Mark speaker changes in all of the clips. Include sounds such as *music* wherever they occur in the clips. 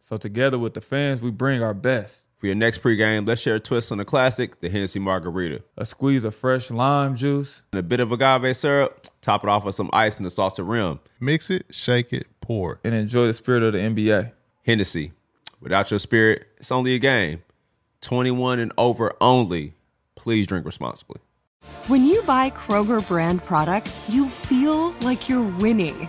Speaker 1: So together with the fans, we bring our best.
Speaker 2: For your next pregame, let's share a twist on the classic, the Hennessy Margarita.
Speaker 1: A squeeze of fresh lime juice.
Speaker 2: And a bit of agave syrup, top it off with some ice and a salted rim.
Speaker 3: Mix it, shake it, pour it.
Speaker 1: and enjoy the spirit of the NBA.
Speaker 2: Hennessy, without your spirit, it's only a game. 21 and over only. Please drink responsibly.
Speaker 4: When you buy Kroger brand products, you feel like you're winning.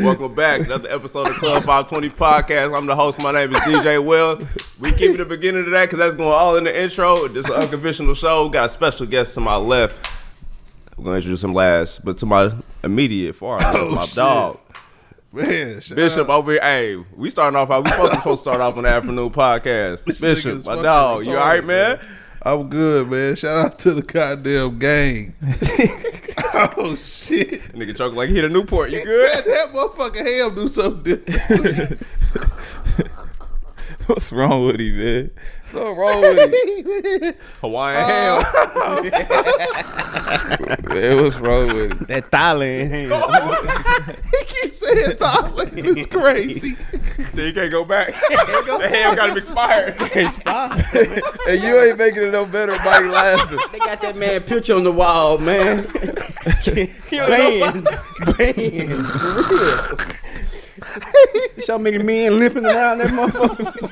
Speaker 2: Welcome back. Another episode of Club 520 Podcast. I'm the host. My name is DJ Will. We keep it the beginning of that because that's going all in the intro. This is an unconventional show. We got a special guest to my left. We're going to introduce him last, but to my immediate far, left,
Speaker 3: Oh,
Speaker 2: my
Speaker 3: shit.
Speaker 2: dog.
Speaker 3: Man, shout
Speaker 2: Bishop
Speaker 3: out.
Speaker 2: over here. Hey, we starting off how we supposed to, supposed to start off on the afternoon podcast.
Speaker 3: This nigga
Speaker 2: Bishop,
Speaker 3: is
Speaker 2: my
Speaker 3: fucking
Speaker 2: dog. You all right,
Speaker 3: retarded,
Speaker 2: man?
Speaker 3: I'm good, man. Shout out to the goddamn gang. oh shit!
Speaker 2: Nigga choking like he hit a Newport. You
Speaker 3: Said
Speaker 2: good?
Speaker 3: that motherfucker Ham do something different.
Speaker 1: *laughs* What's wrong with you, man? What's so wrong with you?
Speaker 2: Hawaiian ham. *laughs*
Speaker 1: man, what's wrong with you?
Speaker 5: That Thailand.
Speaker 3: *laughs* he keeps saying Thailand. It's crazy.
Speaker 2: Then you can't go back. *laughs* the ham got him expired. *laughs*
Speaker 1: And you ain't making it no better by laughing.
Speaker 5: *laughs* they got that man picture on the wall, man. Banned. Banned. For real. So many men limping around that motherfucker.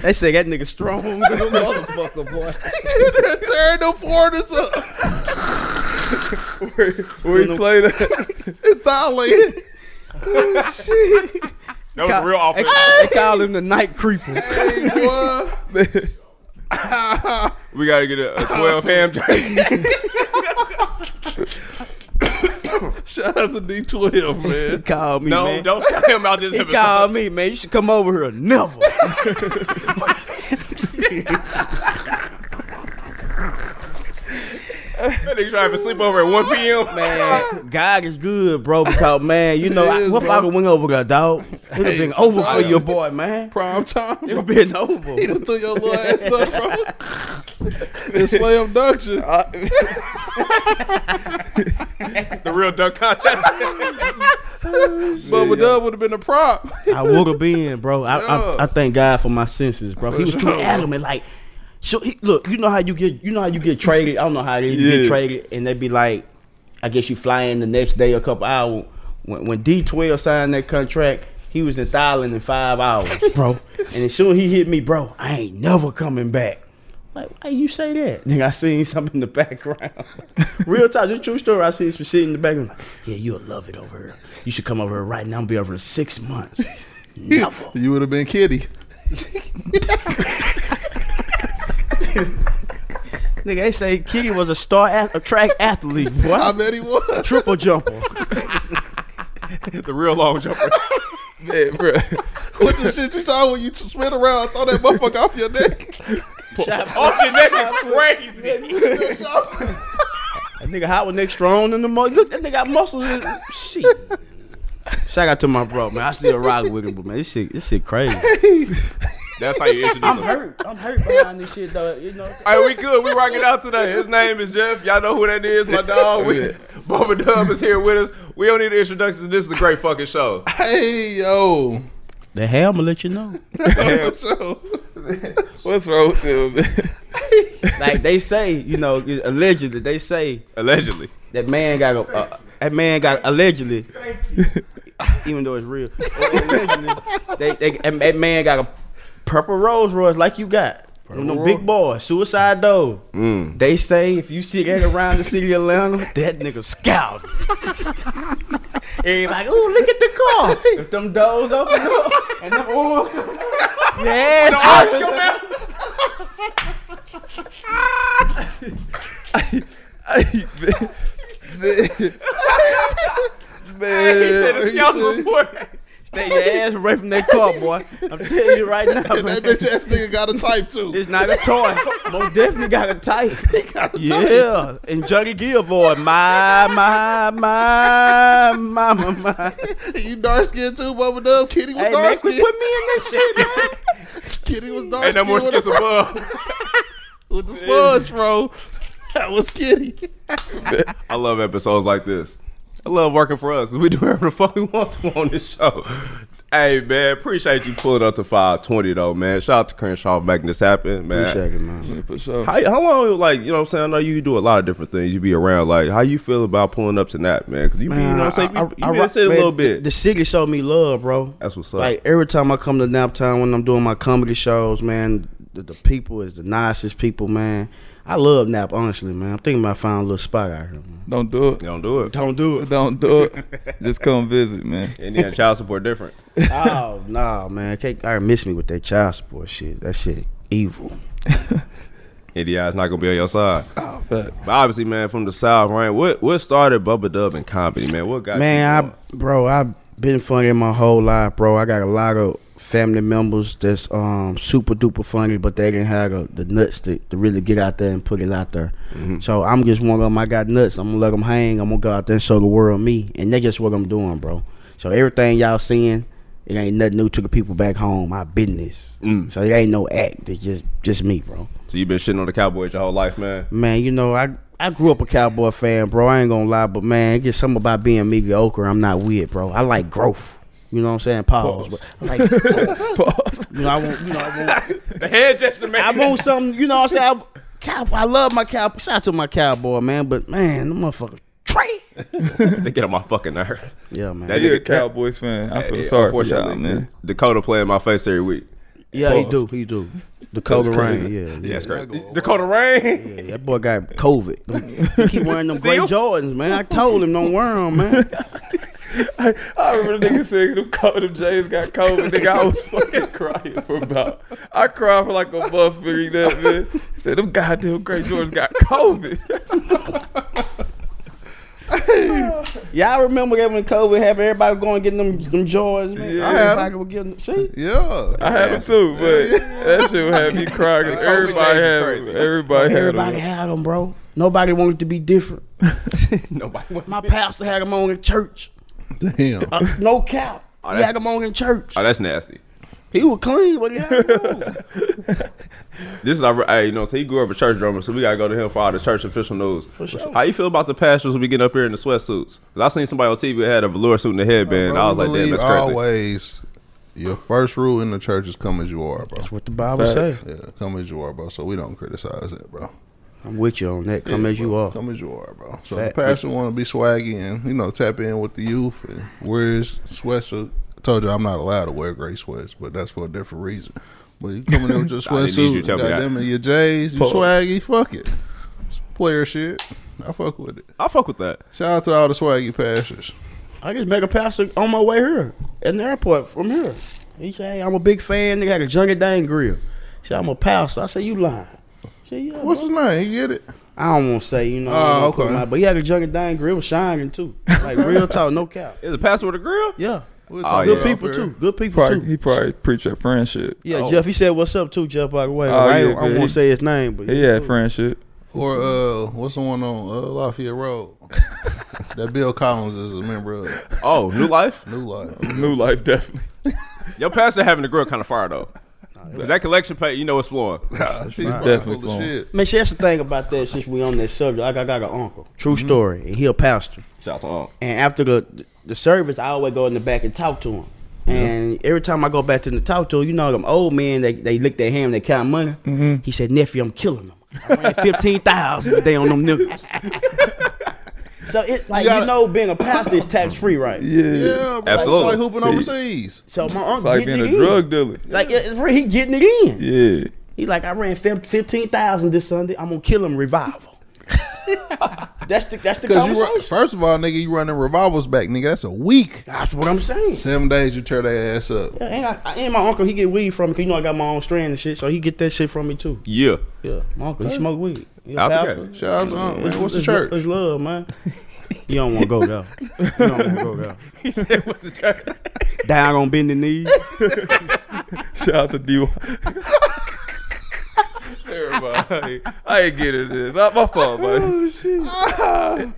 Speaker 5: they say that nigga strong little motherfucker, boy.
Speaker 3: Turn the foreigners up.
Speaker 1: We played that.
Speaker 3: It's Thailand.
Speaker 2: That was real offense.
Speaker 5: They call him the night creeper.
Speaker 3: Hey, boy.
Speaker 2: We gotta get a, a 12 ham drink.
Speaker 3: Shout out to D12,
Speaker 5: He
Speaker 3: man.
Speaker 5: called me,
Speaker 2: no,
Speaker 5: man.
Speaker 2: don't shout him out this
Speaker 5: He
Speaker 2: episode.
Speaker 5: called me, man. You should come over here. Never.
Speaker 2: That nigga trying to sleep over at 1 p.m.
Speaker 5: Man, God is good, bro. Because man, you know,
Speaker 3: is,
Speaker 5: I, what if
Speaker 3: bro.
Speaker 5: I could went over there, dog? It'd have
Speaker 3: Hey,
Speaker 5: been over for
Speaker 3: tired.
Speaker 5: your boy, man.
Speaker 3: Prime time.
Speaker 5: It would have
Speaker 3: bro.
Speaker 5: been over.
Speaker 3: He done threw your little ass up, bro.
Speaker 1: *laughs*
Speaker 3: And slam dunction.
Speaker 2: *laughs* The real duck contest. *laughs*
Speaker 3: Bubba Dub would have been a prop.
Speaker 5: I would have been, bro. I,
Speaker 3: Yeah.
Speaker 5: I, I thank God for my senses, bro. He was too
Speaker 3: sure.
Speaker 5: adamant, like. So he, look, you know how you get, you know how you get traded. I don't know how they
Speaker 1: Yeah.
Speaker 5: get traded, and they be like, I guess you fly in the next day, a couple hours. When, when D twelve signed that contract, he was in Thailand in five
Speaker 3: *laughs*
Speaker 5: hours, bro. and as soon as he hit me, bro, I ain't never coming back. Like, why you say that? Then I seen something in the background. *laughs* Real time, this true story. I seen some shit in the background. Like, yeah, you'll love it over here. You should come over here right now. and Be over here six *laughs* months. Never.
Speaker 3: You would have been Kitty.
Speaker 5: Nigga, they say Kitty was a star ath- a track athlete.
Speaker 3: I
Speaker 5: What?
Speaker 3: bet he was.
Speaker 5: *laughs* Triple *laughs* jumper.
Speaker 2: the real long jumper.
Speaker 1: Man,
Speaker 2: *laughs*
Speaker 1: bro.
Speaker 3: What the shit you saw when you spin around, throw that motherfucker off
Speaker 2: *laughs*
Speaker 3: your neck?
Speaker 2: Off your neck is crazy.
Speaker 5: That nigga Howard Nick strong in the muscle. Look, that nigga got muscles. In- shit. Shout out to my bro, man. I still rock with him, but man, this shit, this shit crazy.
Speaker 2: That's how you introduce him.
Speaker 5: hurt. I'm hurt behind this shit, though. You know.
Speaker 2: All right, we good. We rocking out today. His name is Jeff. Y'all know who that is, my dog. We,
Speaker 1: *laughs*
Speaker 2: Bubba Dub is here with us. We don't need introductions. This is a great fucking show.
Speaker 3: Hey, yo.
Speaker 5: The hell, I'ma let you know.
Speaker 3: So,
Speaker 1: What's wrong with you, man?
Speaker 5: Like they say, you know, allegedly they say
Speaker 2: Allegedly.
Speaker 5: that man got a, uh, that man got allegedly even though it's real. Originally, they, they, and that man got a purple Rolls Royce like you got. Them
Speaker 3: Purple
Speaker 5: big
Speaker 3: Roll-
Speaker 5: boys, suicide dogs. They say if you see that around the city of Atlanta, that nigga scout. Everybody, ooh, look at the car. if them doors open up and them arms come out, yes, out.
Speaker 3: Man, he said-
Speaker 5: Stay your ass away from that car, boy. I'm telling you right now,
Speaker 3: and that
Speaker 5: man.
Speaker 3: bitch ass nigga got a type too.
Speaker 5: It's not a toy. Most definitely got a *laughs* tight. yeah. And Juggy Gilvoy. My, my, my, my, my, my.
Speaker 3: You dark skinned too, Bubba Dub. Kitty was
Speaker 5: Hey, man,
Speaker 3: dark
Speaker 5: quit put me in
Speaker 3: skinned.
Speaker 5: that shit, man.
Speaker 3: Kitty was dark
Speaker 2: Ain't no
Speaker 3: skinned
Speaker 2: more
Speaker 3: with,
Speaker 2: skits
Speaker 3: the-
Speaker 2: above.
Speaker 3: with the sponge, bro. That was Kitty.
Speaker 2: I love episodes like this. I love working for us. We do whatever the fuck we want to on this show. Hey man, appreciate you pulling up to five twenty though, man. Shout out to Crenshaw for making this happen, man.
Speaker 5: Appreciate it, man.
Speaker 1: For sure.
Speaker 2: How, how long, like, you know what I'm saying? I know you do a lot of different things. You be around, like, how you feel about pulling up to that, man? Because you be, you know what I'm
Speaker 5: Uh,
Speaker 2: saying? You, be- you been in the city a
Speaker 5: man,
Speaker 2: little
Speaker 5: The,
Speaker 2: bit.
Speaker 5: the city showed me love, bro.
Speaker 2: That's what's up.
Speaker 5: Like every time I come to Naptown when I'm doing my comedy shows, man, the, the people is the nicest people, man. I love Nap, honestly, man. I'm thinking about finding a little spot out
Speaker 1: *laughs*
Speaker 5: here, man.
Speaker 1: Don't do it.
Speaker 2: you don't do it.
Speaker 5: Don't do
Speaker 1: Don't do it. Just come visit, man.
Speaker 2: And then child support different.
Speaker 5: oh no, man! Can't, I miss me with that child support shit. That shit evil.
Speaker 2: Indiana's not going to be on your side.
Speaker 1: *laughs* Fact.
Speaker 2: But obviously, man, from the South, right? What what started Bubba Dub and comedy, man? What got you
Speaker 5: man,
Speaker 2: going?
Speaker 5: I bro, I've been funny my whole life, bro. I got a lot of family members that's um super duper funny, but they didn't have the- the nuts to, to really get out there and put it out there. So I'm just one of them. I got nuts. I'm gonna let them hang. I'm gonna go out there and show the world me, and that's just what I'm doing, bro. So everything y'all seeing, it ain't nothing new to the people back home. My business. So it ain't no act. It's just just me, bro.
Speaker 2: So you been shitting on the Cowboys your whole life, man?
Speaker 5: Man, you know, I I grew up a cowboy fan, bro. I ain't gonna lie, but man, it's just something about being mediocre. I'm not with, bro. I like growth. You know what I'm saying? Pause.
Speaker 1: Pause.
Speaker 5: But I like,
Speaker 1: Pause.
Speaker 5: you know, I want, you know, I want,
Speaker 2: The head gesture, man.
Speaker 5: I want something. You know what I'm saying? I, cowboy, I love my cowboy. Shout out to my cowboy, man. But man, the motherfucker, Trey.
Speaker 2: *laughs* they get on my fucking nerve.
Speaker 5: Yeah, man.
Speaker 2: That
Speaker 1: You're a
Speaker 2: nigga-
Speaker 1: Cowboys fan. I feel
Speaker 2: Hey,
Speaker 1: sorry for
Speaker 2: unfortunately,
Speaker 1: y'all, man.
Speaker 2: Dakota play in my face every week.
Speaker 5: yeah, he do.
Speaker 1: Pause.
Speaker 5: He do. Dakota Rain. Yeah, yeah.
Speaker 3: That's crazy.
Speaker 2: Dakota Rain.
Speaker 5: Yeah, that boy got COVID. Them- He keep wearing them gray Jordans, man. I told him don't wear them, man.
Speaker 1: I remember the nigga saying them, co- them Jays got COVID. Nigga, I *laughs* was fucking crying for about. I cried for like a month for that man. He said them goddamn great Jordans got COVID. *laughs*
Speaker 5: Y'all remember that when COVID happened, everybody was going and getting them them joys, man.
Speaker 1: Yeah.
Speaker 5: Everybody was getting see.
Speaker 3: *laughs* Yeah.
Speaker 1: *laughs* I had them too, but that shit would have me crying. 'cause Everybody
Speaker 2: Jays is
Speaker 1: had
Speaker 2: crazy.
Speaker 1: everybody had
Speaker 5: Everybody
Speaker 1: them.
Speaker 5: had them, bro. Nobody wanted to be different.
Speaker 2: Nobody wants
Speaker 5: My pastor had them on in church.
Speaker 3: Damn.
Speaker 5: No cap. he
Speaker 2: that's-
Speaker 5: had them on in church.
Speaker 2: Oh, that's nasty.
Speaker 5: He was clean, but he had 'em on.
Speaker 2: This is our, hey, you know, so he grew up a church drummer, so we gotta go to him for all the church official news. For sure. How you feel about the pastors who be getting up here in the sweatsuits? 'Cause I seen somebody on TV that had a velour suit and a headband. I was like, damn,
Speaker 3: Believe
Speaker 2: that's crazy.
Speaker 3: always your first rule in the church is come as you are, bro.
Speaker 5: What the Bible says.
Speaker 3: Yeah, come as you are, bro. So we don't criticize that, bro.
Speaker 5: I'm with you on that. Come as you
Speaker 3: Bro,
Speaker 5: are.
Speaker 3: Come as you are, bro. So
Speaker 5: Fact.
Speaker 3: the pastor want to be swaggy and you know tap in with the youth and wears sweatsuit. I told you I'm not allowed to wear gray sweats, but that's for a different reason. But you coming in with your
Speaker 2: *laughs* I didn't need you
Speaker 3: sweatsuit,
Speaker 2: to tell me that.
Speaker 3: got them in your J's, you
Speaker 1: Pause.
Speaker 3: swaggy. Fuck it, It's player shit. I fuck with it.
Speaker 2: I fuck with that.
Speaker 3: Shout out to all the swaggy pastors.
Speaker 5: I just met a pastor on my way here at the airport from here. He said, hey, I'm a big fan. They got a junkie dang grill. He said, I'm a pastor. I said, you lying. He said, yeah,
Speaker 3: What's
Speaker 5: bro.
Speaker 3: his name? You get it?
Speaker 5: I don't want to say, you know.
Speaker 3: Oh,
Speaker 5: Oh, okay.
Speaker 3: okay.
Speaker 5: but he had a junkie dang grill shining too. Like real talk, no cap.
Speaker 2: Is a pastor with a grill?
Speaker 5: Yeah.
Speaker 3: We'll
Speaker 2: Oh,
Speaker 3: talk
Speaker 2: yeah.
Speaker 5: Good
Speaker 3: about
Speaker 5: people
Speaker 3: it.
Speaker 5: too. Good people
Speaker 1: Probably,
Speaker 5: too.
Speaker 1: he probably preached at friendship.
Speaker 5: Yeah, Jeff. He said, "What's up, too, Jeff?" By the way,
Speaker 1: Oh,
Speaker 5: I,
Speaker 1: yeah,
Speaker 5: ain't- I
Speaker 1: man.
Speaker 5: won't
Speaker 1: He-
Speaker 5: say his name, but
Speaker 1: He had friendship.
Speaker 3: Or uh, what's the one on uh,
Speaker 2: *laughs*
Speaker 3: Lafayette Road? that Bill Collins is a member of
Speaker 2: Oh, New Life?
Speaker 3: New Life.
Speaker 2: *laughs*
Speaker 1: New life, definitely.
Speaker 2: Your pastor having a grill kind of fire though. If that collection plate, you know it's flowing.
Speaker 3: She's
Speaker 1: Definitely
Speaker 3: full of
Speaker 1: flowing.
Speaker 3: shit.
Speaker 5: Man, see, that's the thing about that. Since we on that subject, like I got an uncle, true
Speaker 1: Mm-hmm.
Speaker 5: story, and he a pastor.
Speaker 2: Shout out to Unc.
Speaker 5: And after the the service, I always go in the back and talk to him. And every time I go back to the talk to him, you know them old men, they they lick their hand, they count money.
Speaker 1: Mm-hmm.
Speaker 5: He *laughs* said, "Nephew, I'm killing them. I ran fifteen thousand a day on them niggas." *laughs* So it's like
Speaker 3: gotta-
Speaker 5: you know, being a pastor is tax free, right?
Speaker 3: Yeah, bro.
Speaker 2: Absolutely.
Speaker 3: It's like hooping overseas.
Speaker 5: So my
Speaker 1: It's
Speaker 5: uncle
Speaker 1: like being
Speaker 5: getting
Speaker 1: a
Speaker 5: it
Speaker 1: drug dealer.
Speaker 5: in. Like it's free, he getting it in.
Speaker 1: Yeah.
Speaker 5: He's like, I ran fifteen thousand this Sunday. I'm gonna kill
Speaker 3: *laughs*
Speaker 5: him revival. that's the that's the
Speaker 3: Because you run,
Speaker 5: conversation.
Speaker 3: first of all, nigga, you running revivals back, nigga. That's a week.
Speaker 5: that's what I'm saying.
Speaker 3: Seven days, you tear their ass up.
Speaker 5: Yeah, and, I, I- and my uncle, he get weed from me because you know I got my own strand and shit, so he get that shit from me too.
Speaker 2: Yeah.
Speaker 5: Yeah, my uncle, he smoke weed. He a
Speaker 2: I forgot.
Speaker 5: pastor.
Speaker 3: Shout out to Unc, man. What's the
Speaker 5: It's lo-
Speaker 3: church?
Speaker 5: It's love, man. you don't want to
Speaker 3: *laughs*
Speaker 5: go there. You don't want to go there.
Speaker 2: He said, "What's the track?"
Speaker 5: Down on bending knees.
Speaker 1: *laughs* Shout out to D. Everybody, I ain't getting this. Not my fault, buddy.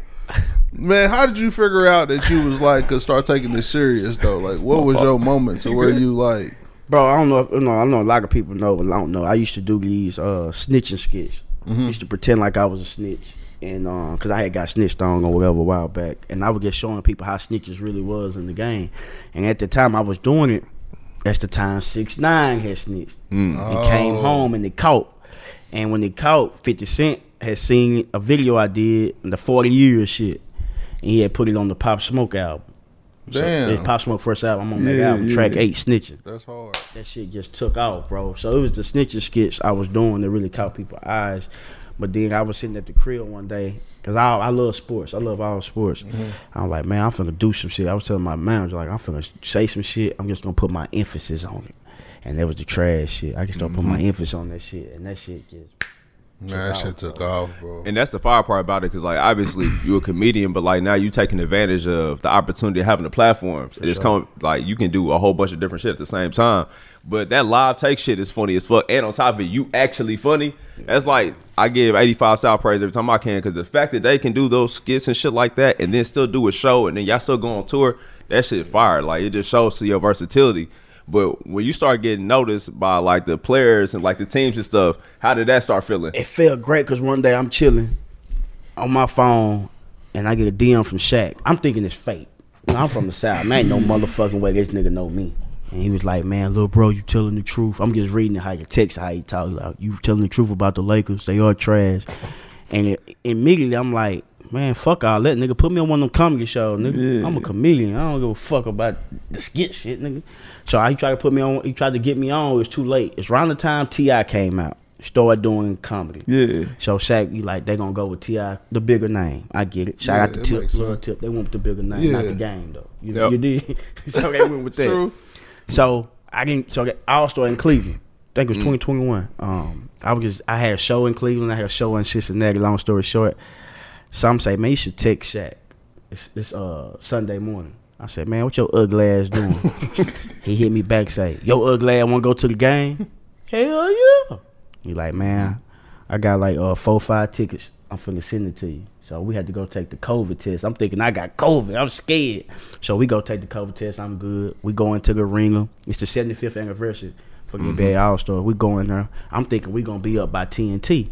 Speaker 3: Man, how did you figure out that you was like could start taking this serious though? Like, what was your moment to where you like?
Speaker 5: Bro, I don't know. If, no, I know a lot of people know, but I don't know. I used to do these uh, snitching skits.
Speaker 1: Mm-hmm.
Speaker 5: Used to pretend like I was a snitch, and because I had got snitched on or whatever a while back, and I was just showing people how snitches really was in the game. And at the time I was doing it, that's the time six nine had snitched.
Speaker 1: Mm.
Speaker 5: He came home and they caught. And when they caught, Fifty Cent had seen a video I did, the forty years shit, and he had put it on the Pop Smoke album.
Speaker 3: Damn.
Speaker 5: So, Pop Smoke first album. I'm on that
Speaker 1: Yeah,
Speaker 5: album, track
Speaker 1: yeah.
Speaker 5: eight, snitching
Speaker 3: That's hard.
Speaker 5: that shit just took off, bro. So it was the snitching skits I was doing that really caught people's eyes. But then I was sitting at the crib one day because I I love sports. I love all sports. I'm like, man, I'm finna do some shit. I was telling my manager like, I'm finna say some shit. I'm just gonna put my emphasis on it. And that was the trash shit. I just gonna put my emphasis on that shit, and that shit just.
Speaker 3: Nah, that shit took off, bro.
Speaker 2: And that's the fire part about it, because like obviously you're a comedian, but like now you're taking advantage of the opportunity of having the platforms. It's coming like you can do a whole bunch of different shit at the same time. But that live take shit is funny as fuck, and on top of it, you actually funny. That's like I give 85 South praise every time I can, because the fact that they can do those skits and shit like that, and then still do a show, and then y'all still go on tour, that shit fire. Like it just shows to your versatility. But when you start getting noticed by like the players and like the teams and stuff, how did that start feeling?
Speaker 5: It felt great because one day I'm chilling on my phone and I get a DM from Shaq. I'm thinking it's fake. You know, I'm from the South. Man, ain't no motherfucking way this nigga know me. And he was like, man, little bro, you telling the truth. I'm just reading how you text, how you talk. Like, you telling the truth about the Lakers. They are trash. And it- immediately I'm like, man, fuck all that, nigga. Put me on one of them comedy shows, nigga. I'm a comedian. I don't give a fuck about the skit shit, nigga. So he tried to put me on, he tried to get me on. It was too late. It's around the time T.I. came out. Started doing comedy.
Speaker 1: Yeah.
Speaker 5: So Shaq, you like they gonna go with Ti, the bigger name. I get it. Shout
Speaker 3: Yeah,
Speaker 5: out to
Speaker 3: that
Speaker 5: Tip,
Speaker 3: makes
Speaker 5: little
Speaker 3: sense.
Speaker 5: Tip. They went with the bigger name, not
Speaker 3: Yeah.
Speaker 5: the game though. You,
Speaker 2: Yep.
Speaker 5: you did. *laughs* so they went with that.
Speaker 3: True.
Speaker 5: So I didn't. So All Star in Cleveland. I think it was 2021. Um, I was just I had a show in Cleveland. I had a show in Cincinnati. Long story short, some say, man, you should text Shaq. It's, it's uh Sunday morning. I said, man, what your ugly ass doing? he hit me back say, yo ugly ass want to go to the game? *laughs* Hell yeah. He like, man, I got like uh four five tickets. I'm finna send it to you. So we had to go take the COVID test. I'm thinking I got COVID. I'm scared. So we go take the COVID test. I'm good. We go into the ringer. It's the 75th anniversary for the NBA All Star. We go in there. I'm thinking we gonna be up by TNT.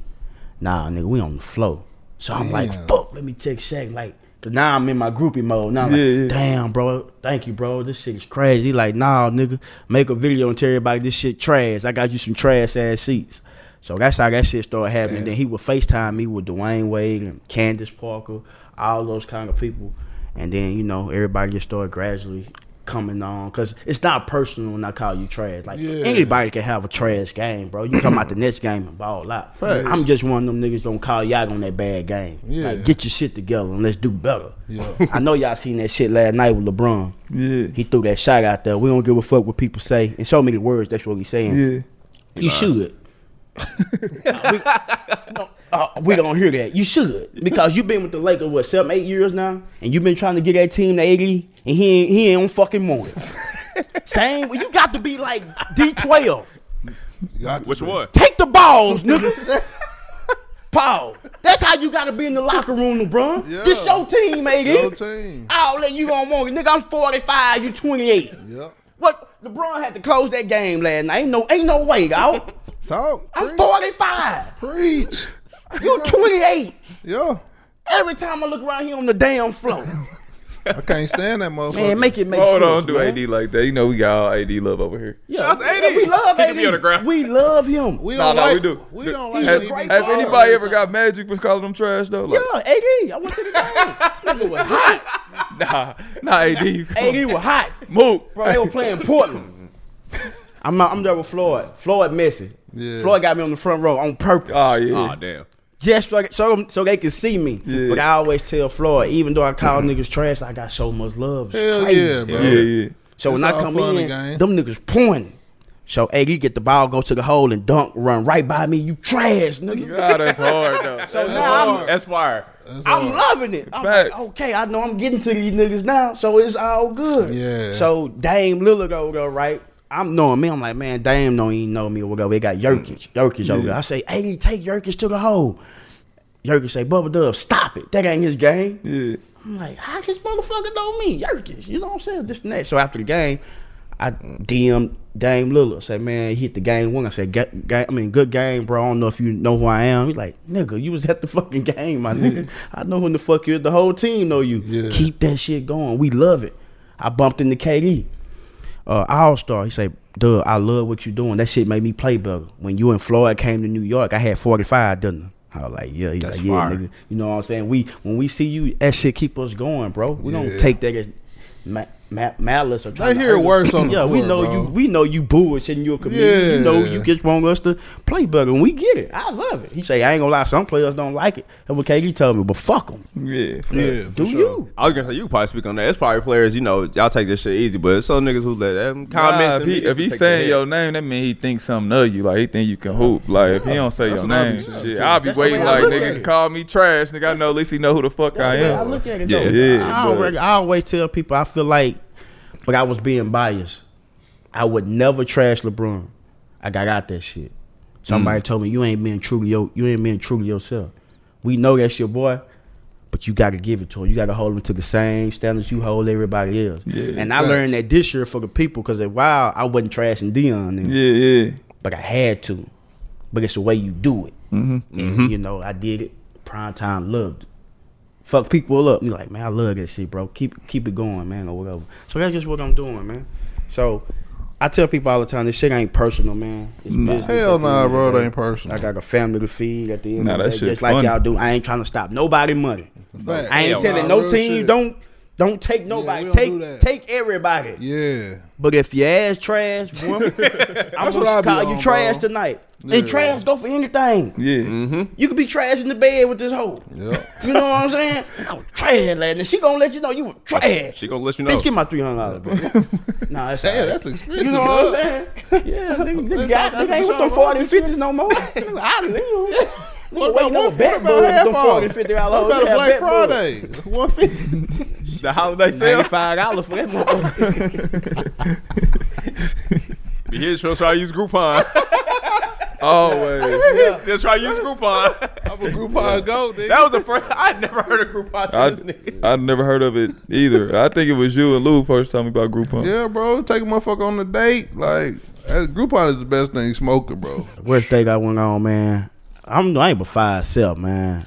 Speaker 5: Nah, nigga, we on the flow. So I'm like,
Speaker 3: Damn.
Speaker 5: fuck. Let me text Shaq. Like, cause now I'm in my groupie mode. Now I'm
Speaker 1: Yeah,
Speaker 5: like,
Speaker 1: yeah.
Speaker 5: damn, bro. Thank you, bro. This shit is crazy. He Like, nah, nigga, make a video and tell everybody this shit trash. I got you some trash ass seats. So that's how that shit started happening. Then he would FaceTime me with Dwayne Wade and Candace Parker, all those kind of people. And then, you know, everybody just started gradually coming on. Cause it's not personal when I call you trash. Like
Speaker 3: Yeah.
Speaker 5: anybody can have a trash game, bro. You come out the next game and ball out.
Speaker 3: Facts.
Speaker 5: I'm just one of them niggas gonna call y'all on that bad game.
Speaker 3: Yeah.
Speaker 5: Like get your shit together and let's do better.
Speaker 3: Yeah.
Speaker 5: I know y'all seen that shit last night with LeBron.
Speaker 1: Yeah.
Speaker 5: He threw that shot out there. We don't give a fuck what people say. In so many words, that's what he's saying.
Speaker 1: Yeah.
Speaker 5: You should. we, *laughs* no, uh, we don't hear that. You should because you've been with the Lakers what seven, eight years now, and you've been trying to get that team to eighty, and he ain't, he ain't on fucking morning. Same. Well, you got to be like D twelve.
Speaker 3: Got to
Speaker 2: Which
Speaker 3: be.
Speaker 2: one?
Speaker 5: Take
Speaker 3: *laughs*
Speaker 5: the balls, nigga. Paul, that's how you got to be in the locker room, LeBron.
Speaker 3: Yeah.
Speaker 5: This your team, AD.
Speaker 3: Your team.
Speaker 5: I'll let you on morning, nigga. I'm 45, you 28.
Speaker 3: Yep.
Speaker 5: What? LeBron had to close that game last night. Ain't no, ain't no way,
Speaker 3: *laughs*
Speaker 5: out.
Speaker 3: Talk.
Speaker 5: I'm
Speaker 3: Preach.
Speaker 5: 45.
Speaker 3: Preach.
Speaker 5: You 28.
Speaker 3: *laughs* Yeah. *laughs*
Speaker 5: Every time I look around here on the damn floor,
Speaker 3: I can't stand that motherfucker.
Speaker 5: Man, make it make
Speaker 1: Oh,
Speaker 5: sense.
Speaker 1: don't do
Speaker 5: man.
Speaker 1: AD like that. You know we got all AD love over here.
Speaker 5: Yeah,
Speaker 2: Shout out to
Speaker 5: yeah,
Speaker 2: AD.
Speaker 5: We love
Speaker 2: He
Speaker 5: AD.
Speaker 2: can be on the ground.
Speaker 5: We love him.
Speaker 3: We
Speaker 1: No,
Speaker 3: don't
Speaker 1: no,
Speaker 3: like.
Speaker 1: we do.
Speaker 3: We don't like.
Speaker 5: He's a
Speaker 1: Has,
Speaker 5: great
Speaker 3: AD
Speaker 1: has
Speaker 5: baller.
Speaker 1: anybody ever got magic for calling them trash though? Like,
Speaker 5: yeah, AD. I
Speaker 3: *laughs*
Speaker 5: went to the game. Nigga was hot.
Speaker 1: *laughs* nah, nah, AD.
Speaker 5: AD was hot.
Speaker 1: Move.
Speaker 5: *laughs*
Speaker 1: *laughs*
Speaker 5: Bro, they were playing Portland. *laughs* I'm out, I'm there with Floyd. Floyd Messi.
Speaker 3: Yeah.
Speaker 5: Floyd got me on the front row on purpose.
Speaker 1: Oh yeah.
Speaker 2: Oh damn.
Speaker 5: just so, I- so, so they can see me.
Speaker 1: Yeah.
Speaker 5: But I always tell Floyd, even though I call niggas trash, I got so much love. It's
Speaker 3: Hell
Speaker 5: crazy.
Speaker 3: yeah, bro.
Speaker 5: *laughs*
Speaker 1: yeah, yeah.
Speaker 5: So when
Speaker 3: It's
Speaker 5: I
Speaker 3: all
Speaker 5: come
Speaker 3: fun
Speaker 5: in,
Speaker 3: and games.
Speaker 5: them niggas pointing. So hey, you get the ball, go to the hole and dunk, run right by me. You trash, nigga.
Speaker 1: God, that's hard though.
Speaker 5: So
Speaker 1: That's
Speaker 5: now I'm-
Speaker 1: hard.
Speaker 2: That's fire.
Speaker 3: That's
Speaker 5: I'm
Speaker 3: all.
Speaker 5: loving it. I'm like,
Speaker 1: Facts.
Speaker 5: okay, I know I'm getting to these niggas now, so it's all good.
Speaker 3: Yeah.
Speaker 5: So Dame Lillard over there, right? I'm knowing me. I'm like, man, Dame don't even know me or whatever. They got Jokic. Jokic over there. I say, hey, take Jokic to the hole. Jokic say, Bubba Dub, stop it. That ain't his game.
Speaker 1: Yeah.
Speaker 5: I'm like, how this motherfucker know me? Yerkes, you know what I'm saying? This and that. So after the game, I DM Dame Lillard. Said, man, he hit the game one. I said, "Ga- ga- I mean, good game, bro. I don't know if you know who I am. He's like, nigga, you was at the fucking game, my nigga. I know who in the fuck you. is. The whole team know you.
Speaker 3: Yeah.
Speaker 5: Keep that shit going. We love it. I bumped into KD, uh, All Star. He said, Doug, I love what you doing. That shit made me play better. When you and Floyd came to New York, I had 45, didn't I? I was like, yeah, he's
Speaker 2: That's
Speaker 5: like, yeah,
Speaker 2: fire.
Speaker 5: nigga. You know what I'm saying? We when we see you, that shit keep us going, bro. We
Speaker 3: Yeah.
Speaker 5: don't take that as ma- ma- malice or. trying to
Speaker 3: hear
Speaker 5: hurt us.
Speaker 3: worse on the
Speaker 5: *laughs* Yeah, we
Speaker 3: court,
Speaker 5: know
Speaker 3: bro.
Speaker 5: you. We know you bullshitting your community. You know
Speaker 3: Yeah.
Speaker 5: you just want us to play better, and we get it. I love it. He say, I ain't gonna lie, some players don't like it. That's what KD told me, but fuck them.
Speaker 1: Yeah.
Speaker 3: Yeah, for sure.
Speaker 5: Do you?
Speaker 2: I was gonna say you could probably speak on that. It's probably players, you know, y'all take this shit easy, but it's some niggas who let them
Speaker 1: Nah,
Speaker 2: comments.
Speaker 1: if he, if he saying your name, that mean he thinks something of you. Like he think you can hoop. Like if he don't say
Speaker 3: That's
Speaker 1: your
Speaker 3: what I be
Speaker 1: name,
Speaker 3: saying,
Speaker 1: shit,
Speaker 3: too.
Speaker 1: I'll be
Speaker 5: That's the
Speaker 1: waiting
Speaker 5: way I
Speaker 1: like
Speaker 5: look
Speaker 1: nigga
Speaker 5: at it.
Speaker 1: call me trash. Nigga, I know at least he know who the fuck I
Speaker 5: That's the way
Speaker 1: am.
Speaker 5: I look at it.
Speaker 1: Yeah,
Speaker 5: though.
Speaker 1: yeah,
Speaker 5: I,
Speaker 1: but-
Speaker 5: already, I always tell people I feel like, but I was being biased. I would never trash LeBron. I got out that shit. Somebody
Speaker 1: Mm.
Speaker 5: told me you ain't being true to your, you ain't being true to yourself. We know that's your boy, but you got to give it to him. You got to hold him to the same standards you hold everybody else.
Speaker 1: Yeah,
Speaker 5: and I learned that this year for the people because at wow, I wasn't trashing Dion, then,
Speaker 1: Yeah, yeah.
Speaker 5: but I had to. But it's the way you do it. And, You know, I did it. Prime time loved it. Fuck people up. You like, man, I love that shit, bro. Keep keep it going, man, or whatever. So that's just what I'm doing, man. So I tell people all the time, this shit ain't personal, man. It's business.
Speaker 3: Hell
Speaker 5: At the
Speaker 3: nah,
Speaker 5: end of
Speaker 3: bro.
Speaker 5: the
Speaker 3: It
Speaker 5: day,
Speaker 3: ain't personal.
Speaker 5: I got a family to feed at the end
Speaker 1: Nah,
Speaker 5: of the
Speaker 1: that
Speaker 5: day,
Speaker 1: shit's
Speaker 5: just like
Speaker 1: funny.
Speaker 5: y'all do. I ain't trying to stop nobody money.
Speaker 3: Facts.
Speaker 5: I ain't
Speaker 2: Yeah,
Speaker 5: telling
Speaker 3: nah,
Speaker 5: no
Speaker 3: real
Speaker 5: team
Speaker 3: shit.
Speaker 5: don't don't take nobody.
Speaker 3: we don't do
Speaker 5: take
Speaker 3: that.
Speaker 5: take everybody.
Speaker 3: Yeah,
Speaker 5: But if your ass trash, boy,
Speaker 3: *laughs*
Speaker 5: I'm
Speaker 3: what I
Speaker 5: gonna
Speaker 3: be
Speaker 5: call you
Speaker 3: on,
Speaker 5: trash
Speaker 3: bro.
Speaker 5: tonight.
Speaker 3: Yeah. Mm-hmm.
Speaker 5: And trash go for anything.
Speaker 1: Yeah.
Speaker 5: You could be trash in the bed with this hoe.
Speaker 3: Yep.
Speaker 5: You know what
Speaker 3: *laughs*
Speaker 5: I'm saying? I was trash last night. She gonna let you know you were trash.
Speaker 2: she gonna let you know.
Speaker 5: Bitch, get my three hundred dollars, bro.
Speaker 3: *laughs*
Speaker 5: nah, that's all
Speaker 3: damn,
Speaker 5: right.
Speaker 3: that's expensive.
Speaker 5: You know what I'm saying?
Speaker 3: *laughs*
Speaker 5: Yeah, nigga, nigga, got, nigga ain't with them 40 and 50s no more. Nigga, I leave. What
Speaker 3: about
Speaker 5: about no
Speaker 3: one-
Speaker 5: bet
Speaker 3: what about
Speaker 5: boy with them
Speaker 3: half
Speaker 5: 40
Speaker 3: off?
Speaker 5: and 50 dollars?
Speaker 3: What about
Speaker 5: Yeah,
Speaker 3: a Black
Speaker 5: bet boy.
Speaker 3: Friday? One *laughs* fifty.
Speaker 2: the holiday sale.
Speaker 5: $95 for that motherfucker.
Speaker 2: Be here, just try to use *laughs* Groupon.
Speaker 1: Always.
Speaker 2: just try to use *laughs* Groupon.
Speaker 3: I'm a Groupon Go, nigga.
Speaker 2: that was the first. I never heard of Groupon
Speaker 1: I
Speaker 2: to this nigga.
Speaker 1: I never heard of it either. I think it was you and Lou first time about Groupon.
Speaker 3: Yeah, bro. Take a motherfucker on a date. Like, that Groupon is the best thing smoking, bro.
Speaker 5: Worst thing I went on, man. I'm I ain't but five self, man.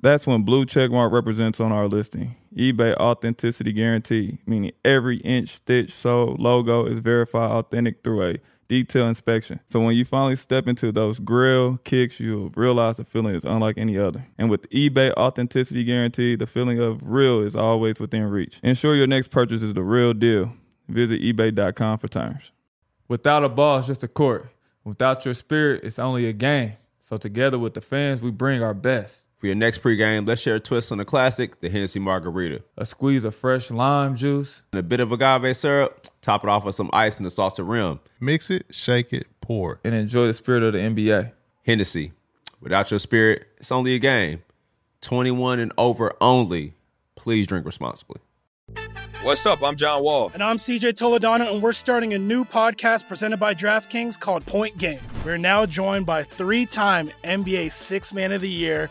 Speaker 1: That's when blue checkmark represents on our listing. eBay authenticity guarantee, meaning every inch, stitch, sole, logo is verified authentic through a detailed inspection. So when you finally step into those grill kicks, you'll realize the feeling is unlike any other. And with eBay authenticity guarantee, the feeling of real is always within reach. Ensure your next purchase is the real deal. Visit ebay.com for terms. Without a ball, it's just a court. Without your spirit, it's only a game. So together with the fans, we bring our best.
Speaker 2: For your next pregame, let's share a twist on the classic, the Hennessy Margarita.
Speaker 1: a squeeze of fresh lime juice.
Speaker 2: And a bit of agave syrup, top it off with some ice and a salted rim.
Speaker 3: Mix it, shake it, pour.
Speaker 1: And enjoy the spirit of the NBA.
Speaker 2: Hennessy. Without your spirit, it's only a game. 21 and over only. Please drink responsibly.
Speaker 6: What's up? I'm John Wall.
Speaker 7: And I'm CJ Toledano, and we're starting a new podcast presented by DraftKings called Point Game. We're now joined by three time NBA Six Man of the Year,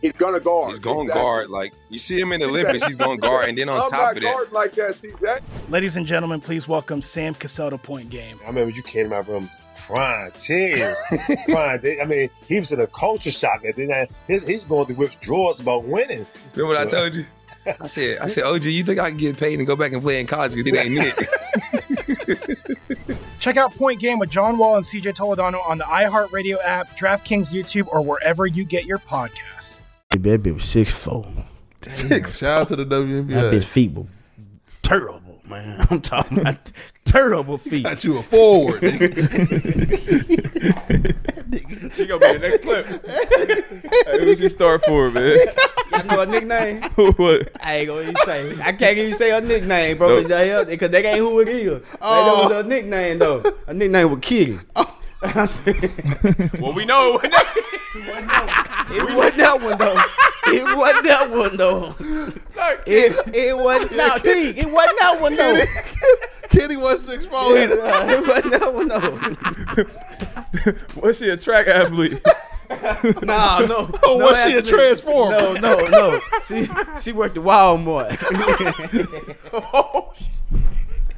Speaker 8: He's gonna guard.
Speaker 6: He's gonna
Speaker 8: Exactly.
Speaker 6: guard. Like you see him in the Olympics, he's gonna
Speaker 8: Exactly.
Speaker 6: guard, and then on
Speaker 8: I'm
Speaker 6: top
Speaker 8: not
Speaker 6: of that,
Speaker 8: guarding like that. See that?
Speaker 7: Ladies and gentlemen, please welcome Sam Cassell to Point Game.
Speaker 9: I remember you came in my room crying tears, crying. Tears. I mean, he was in a culture shock, and then I, his, he's going through withdrawals about winning.
Speaker 6: remember what I told you? I said, I said, OG, you think I can get paid and go back and play in college? Because it ain't it.
Speaker 7: Check out Point Game with John Wall and CJ Toledano on the iHeartRadio app, DraftKings YouTube, or wherever you get your podcasts.
Speaker 5: That bitch was six four.
Speaker 3: Shout out to the
Speaker 5: That bitch
Speaker 3: WNBA.
Speaker 5: feet were terrible, man. *laughs* I'm talking about terrible *laughs* feet.
Speaker 3: Got you a forward.
Speaker 5: *laughs*
Speaker 3: nigga.
Speaker 2: She gonna be the
Speaker 1: *laughs*
Speaker 2: next clip.
Speaker 1: Hey, who's your star for, *laughs* man?
Speaker 5: I know her nickname.
Speaker 1: what?
Speaker 5: I ain't gonna even say. I can't even say her nickname, bro.
Speaker 1: No.
Speaker 5: Because that ain't who it is. That was her nickname though. Her nickname was *laughs* Kitty. I'm saying-
Speaker 2: Well, we know.
Speaker 5: It wasn't that one though. It wasn't that one though. It it wasn't now T. It wasn't that one though.
Speaker 3: Kitty one six four.
Speaker 5: *laughs* It wasn't that one *laughs* though.
Speaker 1: *laughs* Was she a track *laughs* athlete?
Speaker 5: Nah, no.
Speaker 3: Oh,
Speaker 5: no
Speaker 3: was she a
Speaker 5: athlete.
Speaker 3: transformer?
Speaker 5: No, no, no. She she worked at Walmart.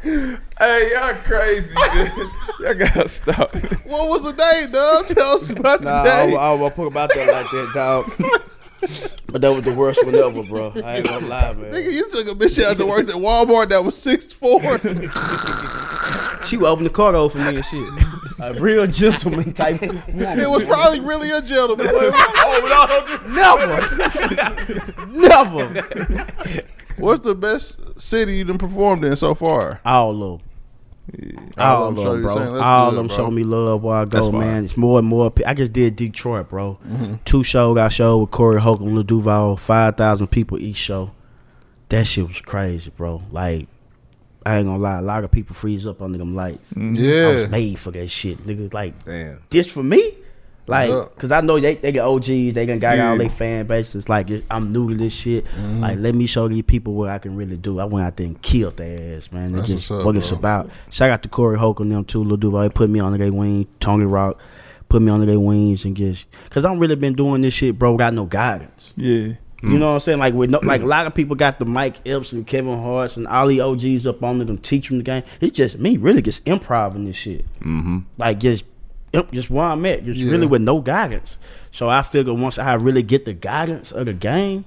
Speaker 1: hey, y'all *laughs* crazy, man. Y'all gotta stop.
Speaker 3: What was the name, dog? Tell us about
Speaker 5: *laughs* nah,
Speaker 3: the
Speaker 5: I,
Speaker 3: name.
Speaker 5: I, I put about that like that, dog. But that was the worst one ever, bro. I ain't gonna lie,
Speaker 3: Nigga,
Speaker 5: man.
Speaker 3: you took a bitch out to work at Walmart that was six
Speaker 5: *laughs*
Speaker 3: four.
Speaker 5: She would open the car door for me and shit. A real gentleman *laughs* type woman.
Speaker 3: It was probably really a gentleman.
Speaker 5: Never, never.
Speaker 3: What's the best city you done performed in so far?
Speaker 5: All of 'em.
Speaker 3: All of
Speaker 5: All of
Speaker 3: 'em
Speaker 5: them,
Speaker 3: show you
Speaker 5: bro.
Speaker 3: saying, "Let's
Speaker 5: All
Speaker 3: do
Speaker 5: of
Speaker 3: it,
Speaker 5: them
Speaker 3: bro."
Speaker 5: show me love where I go,
Speaker 3: That's Mm-hmm. fine.
Speaker 5: man. It's more and more. pe- I just did Detroit, bro. Two shows I showed with Corey Holcomb, Lil Duval, five thousand people each show. That shit was crazy, bro. Like, I ain't gonna lie, a lot of people freeze up under them lights. Mm-hmm. I was
Speaker 3: Yeah.
Speaker 5: made for that shit, nigga. Like,
Speaker 2: Damn.
Speaker 5: this for me? Like,
Speaker 3: Yeah.
Speaker 5: cause I know they they got OGs, they done got
Speaker 1: Yeah.
Speaker 5: all their fan bases. Like, it- I'm new to this shit.
Speaker 3: Mm-hmm.
Speaker 5: Like, let me show these people what I can really do. I went out there and killed their ass, man. That's
Speaker 3: That's
Speaker 5: just
Speaker 3: what's up,
Speaker 5: what it's
Speaker 3: bro.
Speaker 5: about. Shout out to Corey Hoke and them too, Lil Duval. They put me under their wing. Tony Rock put me under their wings and just, cause I don't really been doing this shit, bro. Got no guidance.
Speaker 1: Yeah. *clears throat*
Speaker 5: You know what I'm saying? Like with no, like a lot of people got the Mike Epps and Kevin Hart's and all the OGs up on them teaching the game. It's just me really just improvising this shit. Mm-hmm. Like just imp- just where I'm at, just
Speaker 3: Yeah.
Speaker 5: really with no guidance. So I figure once I really get the guidance of the game,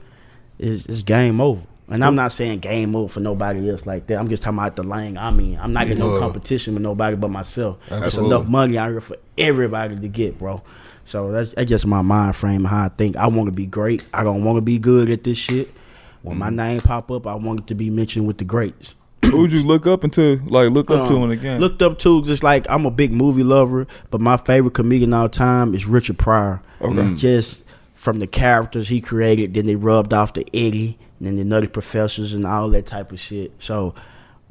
Speaker 5: it's, it's game over. And I'm not saying game over for nobody else like that. I'm just talking about the lane I'm in. I'm not in no
Speaker 3: Yeah.
Speaker 5: competition with nobody but myself. That's
Speaker 3: Absolutely.
Speaker 5: enough money out here for everybody to get, bro. So that's, that's just my mind frame how I think. I want to be great. I don't want to be good at this shit. When my name pop up, I want it to be mentioned with the greats.
Speaker 1: Who'd you look up into? Like Uh, look up to in the game?
Speaker 5: Looked up to just like I'm a big movie lover, but my favorite comedian all time is Richard Pryor. Okay. Just from the characters he created, then they rubbed off the Eddie and then the Nutty Professors and all that type of shit. So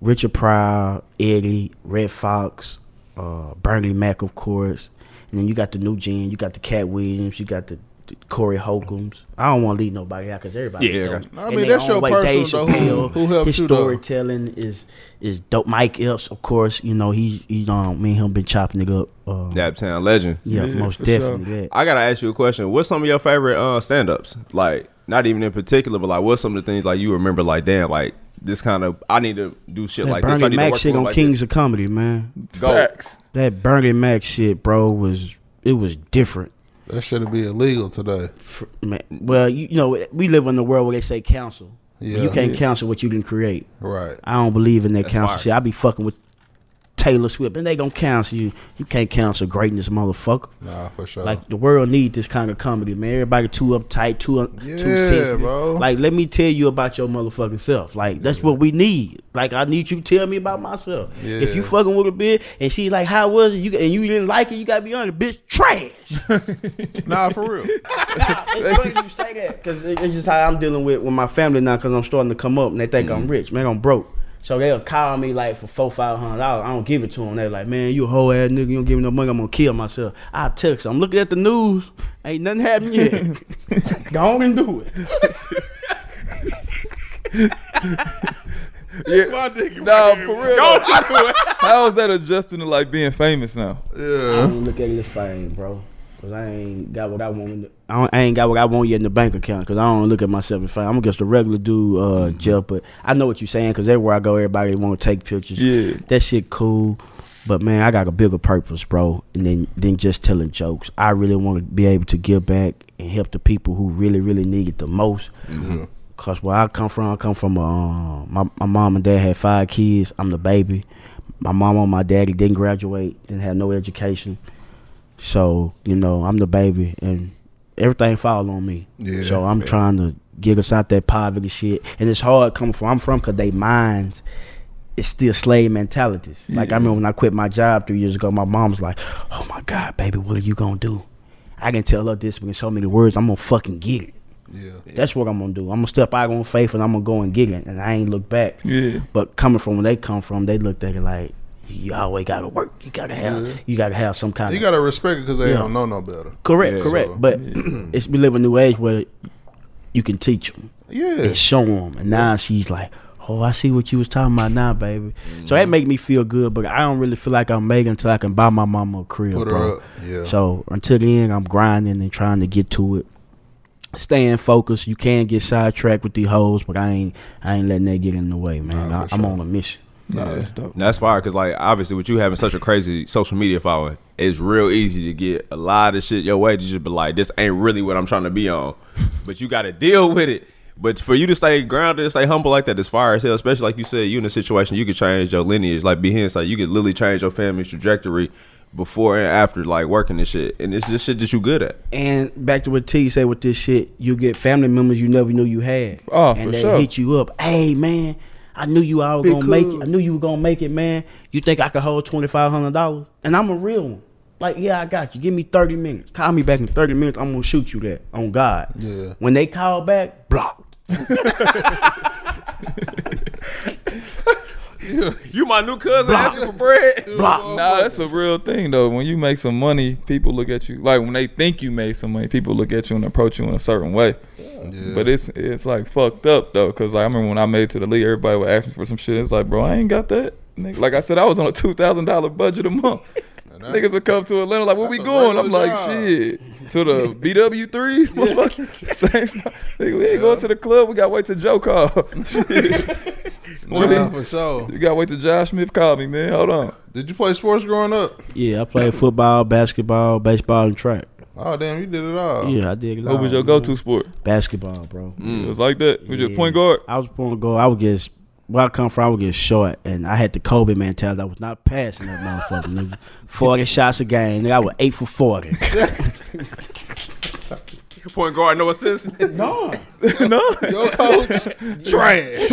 Speaker 5: Richard Pryor, Eddie, Red Fox, uh, Bernie Mac, of course, and then you got the new gen, you got the Cat Williams, you got the. the Corey Holcombs. I don't want to leave nobody out because everybody.
Speaker 2: Yeah, I
Speaker 5: dope.
Speaker 2: got you.
Speaker 3: I
Speaker 5: In
Speaker 3: mean,
Speaker 5: their
Speaker 3: that's
Speaker 5: own
Speaker 3: your
Speaker 5: way.
Speaker 3: personal,
Speaker 5: Dave
Speaker 3: though, who-
Speaker 5: Chappelle,
Speaker 3: who helped
Speaker 5: his
Speaker 3: you, though?
Speaker 5: storytelling is is dope. Mike Epps, of course, you know he he um me and him been chopping it up. Uh, yeah,
Speaker 2: Daptown legend.
Speaker 1: Yeah,
Speaker 5: most
Speaker 1: for sure.
Speaker 5: definitely. That.
Speaker 2: I gotta ask you a question. What's some of your favorite uh, stand-ups? Like, not even in particular, but like, what's some of the things like you remember? Like, damn, like this kind of I need to do shit
Speaker 5: that
Speaker 2: like this. I need
Speaker 5: Bernie
Speaker 2: to
Speaker 5: Mac
Speaker 2: work
Speaker 5: shit
Speaker 2: more
Speaker 5: on
Speaker 2: like
Speaker 5: Kings of Comedy, man.
Speaker 2: This. Go.
Speaker 1: Facts.
Speaker 5: That Bernie Mac shit, bro, was it was different.
Speaker 3: That should be illegal today.
Speaker 5: For, man, well, you, you know we live in a world where they say counsel.
Speaker 3: Yeah.
Speaker 5: You can't counsel what you didn't create.
Speaker 3: Right.
Speaker 5: I don't believe in that
Speaker 2: That's
Speaker 5: counsel
Speaker 2: fire.
Speaker 5: shit. I be fucking with Taylor Swift, and they gonna cancel you. You can't cancel greatness, motherfucker.
Speaker 3: Nah, for sure.
Speaker 5: Like the world needs this kind of comedy, man. Everybody too uptight, too uh,
Speaker 3: Yeah,
Speaker 5: too sensitive.
Speaker 3: bro.
Speaker 5: Like let me tell you about your motherfucking self. Like that's what we need. Like I need you to tell me about myself. If you
Speaker 3: Yeah.
Speaker 5: fucking with a bitch and she like, how was it? You and you didn't like it, you gotta be honest. Bitch, trash.
Speaker 3: nah, for real.
Speaker 5: It's funny you say that because it's just how I'm dealing with with my family now because I'm starting to come up and they think I'm rich. Man, I'm broke. So they'll call me like for four, five hundred dollars. I don't give it to them. They're like, man, you a whole ass nigga. You don't give me no money. I'm gonna kill myself. I text. 'em, I'm looking at the news. Ain't nothing happening *laughs* yet. Go on and do it.
Speaker 1: Yeah.
Speaker 3: my nigga.
Speaker 1: Nah, for real. *laughs* How is that adjusting to like being famous now?
Speaker 5: I ain't look at this fame, bro. Cause I ain't got what I want. in the- I, don't, I ain't got what I want yet in the bank account. Cause I don't look at myself as fame. I'm just a regular dude, uh, Jeff. But I know what you're saying. Cause everywhere I go, everybody want to take pictures.
Speaker 1: Yeah.
Speaker 5: that shit cool. But man, I got a bigger purpose, bro, and then than just telling jokes. I really want to be able to give back and help the people who really, really need it the most. Cause where I come from, I come from a, uh, my my mom and dad had five kids. I'm the baby. My mama and my daddy didn't graduate, didn't have no education. So you know, I'm the baby, and everything fall on me.
Speaker 3: Yeah.
Speaker 5: So I'm trying to get us out that poverty shit, and it's hard coming from I'm from, cause they minds it's still slave mentalities. Like I remember when I quit my job three years ago, my mom's like, "Oh my God, baby, what are you gonna do?" I can tell her this with so many words. I'm gonna fucking get it.
Speaker 3: Yeah.
Speaker 5: That's what I'm gonna do. I'm gonna step out on faith and I'm gonna go and get it, and I ain't look back.
Speaker 1: Yeah.
Speaker 5: But coming from where they come from, they looked at it like, "You always gotta work. You gotta have.
Speaker 3: Yeah.
Speaker 5: You gotta have some kind
Speaker 3: You
Speaker 5: of
Speaker 3: gotta respect it because they
Speaker 5: Yeah.
Speaker 3: don't know no better.
Speaker 5: correct,
Speaker 3: Yeah.
Speaker 5: correct."
Speaker 3: So-
Speaker 5: but *clears throat* it's we live in a new age where you can teach them
Speaker 3: Yeah.
Speaker 5: and show them. And now she's like, "Oh, I see what you was talking about now, baby." So
Speaker 3: Mm-hmm.
Speaker 5: that make me feel good, but I don't really feel like I'm making until I can buy my mama a crib,
Speaker 3: Put her
Speaker 5: bro.
Speaker 3: up, yeah.
Speaker 5: So until then, I'm grinding and trying to get to it. Staying focused. You can get sidetracked with these hoes, but I ain't. I ain't letting that get in the way, man. I, I'm on a mission.
Speaker 1: Nah, that's dope.
Speaker 2: And That's fire because, like, obviously, with you having such a crazy social media following, it's real easy to get a lot of shit your way to just be like, this ain't really what I'm trying to be on. But you got to deal with it. But for you to stay grounded, and stay humble like that is fire as hell. Especially like you said, you in a situation you could change your lineage. Like be hence, like you could literally change your family's trajectory before and after, like working this shit. And it's just shit that you good at.
Speaker 5: And back to what T said with this shit, you get family members you never knew you had.
Speaker 1: Oh,
Speaker 5: and
Speaker 1: for
Speaker 5: they
Speaker 1: sure.
Speaker 5: hit you up. Hey man, I knew you I was gonna make it. I knew you were gonna make it, man. You think I could hold twenty five hundred dollars? And I'm a real one. Like, yeah, I got you. Give me thirty minutes. Call me back in thirty minutes. I'm gonna shoot you that on God.
Speaker 3: Yeah.
Speaker 5: When they call back, blocked.
Speaker 2: You my new cousin asking for bread.
Speaker 5: Blocked.
Speaker 1: Nah, that's a real thing though. When you make some money, people look at you like when they think you made some money, people look at you and approach you in a certain way. But it's it's like fucked up though, cause like I remember when I made it to the league, everybody would ask me for some shit. It's like, bro, I ain't got that. Nigga, Like I said, I was on a two thousand dollar budget a month.
Speaker 3: *laughs* that's-
Speaker 1: Niggas would come to Atlanta like, where we
Speaker 3: a
Speaker 1: going? I'm
Speaker 3: regular
Speaker 1: like,
Speaker 3: job.
Speaker 1: shit, to the
Speaker 3: *laughs*
Speaker 1: BW three. *laughs* Same spot. Nigga, we ain't going to the club. We got to wait till Joe call. *laughs* Shit.
Speaker 3: Nah, for sure.
Speaker 1: you got to wait till Josh Smith call me, man. Hold on.
Speaker 3: Did you play sports growing up?
Speaker 5: Yeah, I played football, basketball, baseball, and track.
Speaker 3: Oh damn, you did it all.
Speaker 5: Yeah, I did. it
Speaker 1: What was
Speaker 5: all,
Speaker 1: your Mm. go to sport?
Speaker 5: man. Basketball, bro.
Speaker 3: Hmm.
Speaker 1: It was like that. It was just
Speaker 5: Yeah.
Speaker 1: point guard.
Speaker 5: I was point guard. I would get where I come from. I would get short, and I had the Kobe mentality. I was not passing that motherfucker.
Speaker 1: *laughs*
Speaker 5: Nigga. Forty shots a game. Nigga, I was eight for forty.
Speaker 2: Point guard, no assist.
Speaker 5: no,
Speaker 1: no.
Speaker 3: Your
Speaker 5: *laughs*
Speaker 3: coach trash.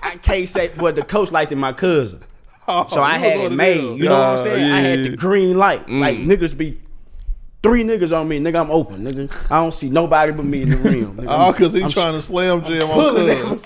Speaker 5: I can't say. But the coach liked it, my cousin.
Speaker 3: Oh,
Speaker 1: Oh,
Speaker 5: So I had it made. You know what
Speaker 1: Uh,
Speaker 5: I'm saying? I had
Speaker 1: yeah. Mm.
Speaker 5: the green light. Like niggas be. Three niggas on me, nigga. I'm open, nigga. I don't see nobody but me in the
Speaker 1: *laughs*
Speaker 5: rim. Nigga.
Speaker 1: Oh,
Speaker 3: All because Oh, he trying to slam jam on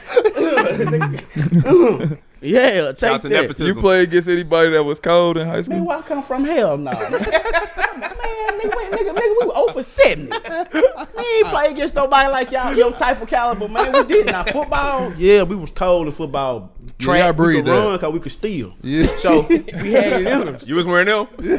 Speaker 3: cuz.
Speaker 5: yeah, take
Speaker 2: Shout out to
Speaker 5: that.
Speaker 1: *laughs*
Speaker 2: nepotism.
Speaker 1: You played against anybody that was cold in high
Speaker 5: Man,
Speaker 1: school?
Speaker 5: where I come from? Hell no. man, *laughs* man, nigga, wait, nigga, nigga, we were over 70. We ain't play against nobody like y'all, your type of caliber, man. We did not football. Yeah, we was cold in football. Track,
Speaker 3: y'all
Speaker 5: we
Speaker 3: breed
Speaker 5: could
Speaker 3: that.
Speaker 5: run because we could steal.
Speaker 3: Yeah. *laughs*
Speaker 5: So we had it in us.
Speaker 2: You was wearing them? You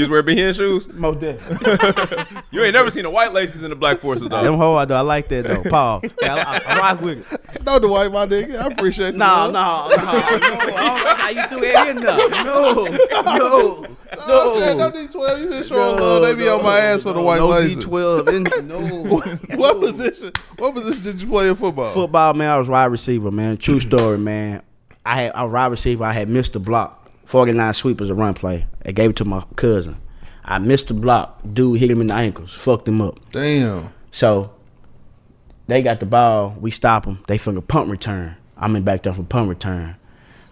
Speaker 2: was wearing behend shoes?
Speaker 5: Most definitely.
Speaker 2: You ain't never seen the white laces in the black forces,
Speaker 5: Them
Speaker 2: though.
Speaker 5: hoe I do. I like that though. Paul. Yeah, I, I- I rock with it.
Speaker 3: No, Dwight, my nigga. I
Speaker 5: *laughs*
Speaker 3: appreciate
Speaker 5: No, no,
Speaker 3: that.
Speaker 5: no. I don't like how you threw that in there. No, no,
Speaker 3: No, I said
Speaker 5: no.
Speaker 3: no D12. You just showing love. They be on my ass for the
Speaker 5: no,
Speaker 3: white
Speaker 5: no
Speaker 3: laces. *laughs*
Speaker 5: D12. In, no.
Speaker 3: What position? What position did you play in football?
Speaker 5: football, man, I was wide receiver, man. True story, man. I had I was wide receiver. I had missed the block. 49 sweep was a run play. I gave it to my cousin. I missed the block. Dude hit him in the ankles. Fucked him up.
Speaker 3: Damn.
Speaker 5: So they got the ball. We stop them. They finger punt return. I'm in back down from punt return.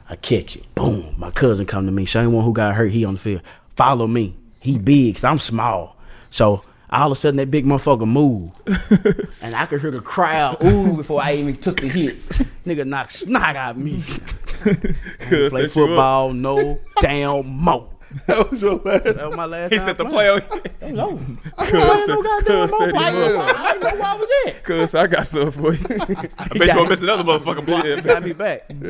Speaker 5: I catch it. Boom. My cousin come to me. Same one who got hurt. He on the field. Follow me. He big. Cause I'm small. So all of a sudden that big
Speaker 1: *laughs*
Speaker 5: motherfucker move, and I could hear the crowd ooh before I even took the
Speaker 1: *laughs*
Speaker 5: hit. Nigga knocked snot out of me. Play
Speaker 1: set you up.
Speaker 5: football, no damn mo.
Speaker 3: That was your last.
Speaker 5: That was my last.
Speaker 1: He
Speaker 5: time
Speaker 1: set the play *laughs*
Speaker 5: playing.
Speaker 1: on.
Speaker 5: That was over. I
Speaker 1: Cuz
Speaker 5: ain't
Speaker 1: said-
Speaker 5: no goddamn
Speaker 1: cuz
Speaker 5: mo.
Speaker 1: said he
Speaker 5: I ain't know-
Speaker 1: was.
Speaker 5: I ain't know why I was there.
Speaker 1: Cuz I got something for
Speaker 2: *laughs*
Speaker 1: you. I bet you
Speaker 5: got-
Speaker 1: won't miss another motherfucking block. *laughs*
Speaker 5: He got me *laughs* back.
Speaker 3: Yeah,
Speaker 5: got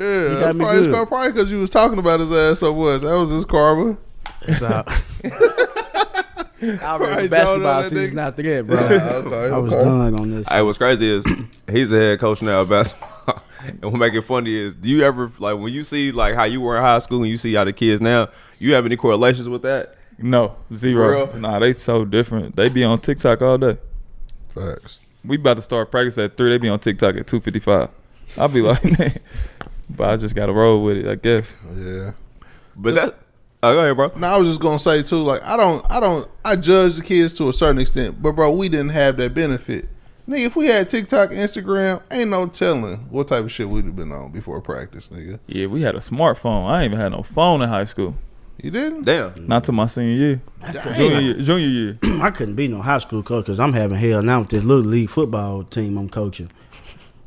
Speaker 3: that's
Speaker 5: me
Speaker 3: probably,
Speaker 5: good.
Speaker 3: probably because you was talking about his ass so much. That was his karma.
Speaker 5: That's out. I remember
Speaker 3: Right,
Speaker 5: basketball
Speaker 3: y'all know that
Speaker 5: season
Speaker 3: nigga.
Speaker 5: after that, bro.
Speaker 3: okay, *laughs*
Speaker 5: I was
Speaker 3: okay.
Speaker 5: done on this.
Speaker 2: Hey, what's crazy is *clears throat* he's a head coach now of basketball. *laughs* and what make it funny is, do you ever like when you see like how you were in high school and you see how the kids now? You have any correlations with that?
Speaker 1: *laughs* No, zero.
Speaker 2: For real?
Speaker 1: Nah, they so different. They be on TikTok all day.
Speaker 3: Facts.
Speaker 1: We about to start practice at three. They be on TikTok at two fifty five. I'll be like, *laughs* man, but I just got to roll with it, I guess.
Speaker 3: Yeah.
Speaker 2: But that, oh, go ahead, bro.
Speaker 3: Now I was just gonna say too, like I don't, I don't, I judge the kids to a certain extent, but bro, we didn't have that benefit. Nigga, if we had TikTok, Instagram, ain't no telling what type of shit we'd have been on before practice, nigga.
Speaker 1: Yeah, we had a smartphone. I ain't even had no phone in high school.
Speaker 3: You didn't?
Speaker 2: Damn,
Speaker 1: Not to my senior year, junior
Speaker 3: Dang.
Speaker 1: year, junior year.
Speaker 5: I couldn't be no high school coach because I'm having hell now with this little league football team I'm coaching.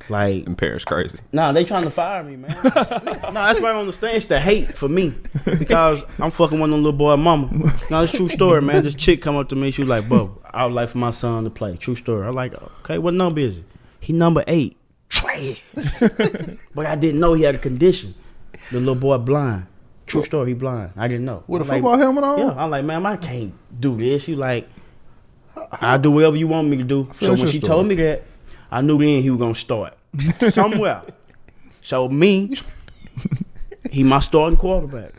Speaker 5: Like,
Speaker 2: and parents crazy.
Speaker 5: nah, they trying to fire me, man. nah, that's why I understand. It's the hate for me because I'm fucking one of them little boy mama. No, it's a true story, man. This chick come up to me, she was like, "Bub, I would like for my son to play." True story. I'm like, "Okay, what number is it?" He number eight. Trash. but I didn't know he had a condition. The little boy blind. True story. He blind. I didn't know.
Speaker 3: With a
Speaker 5: I'm like,
Speaker 3: football helmet on?
Speaker 5: Yeah, I'm like, ma'am, I can't do this. She like, I'll do whatever you want me to do. So
Speaker 3: Finish
Speaker 5: when
Speaker 3: your
Speaker 5: she
Speaker 3: story.
Speaker 5: told me that, I knew then he was
Speaker 3: *laughs*
Speaker 5: gonna start somewhere. so me, he my starting quarterback.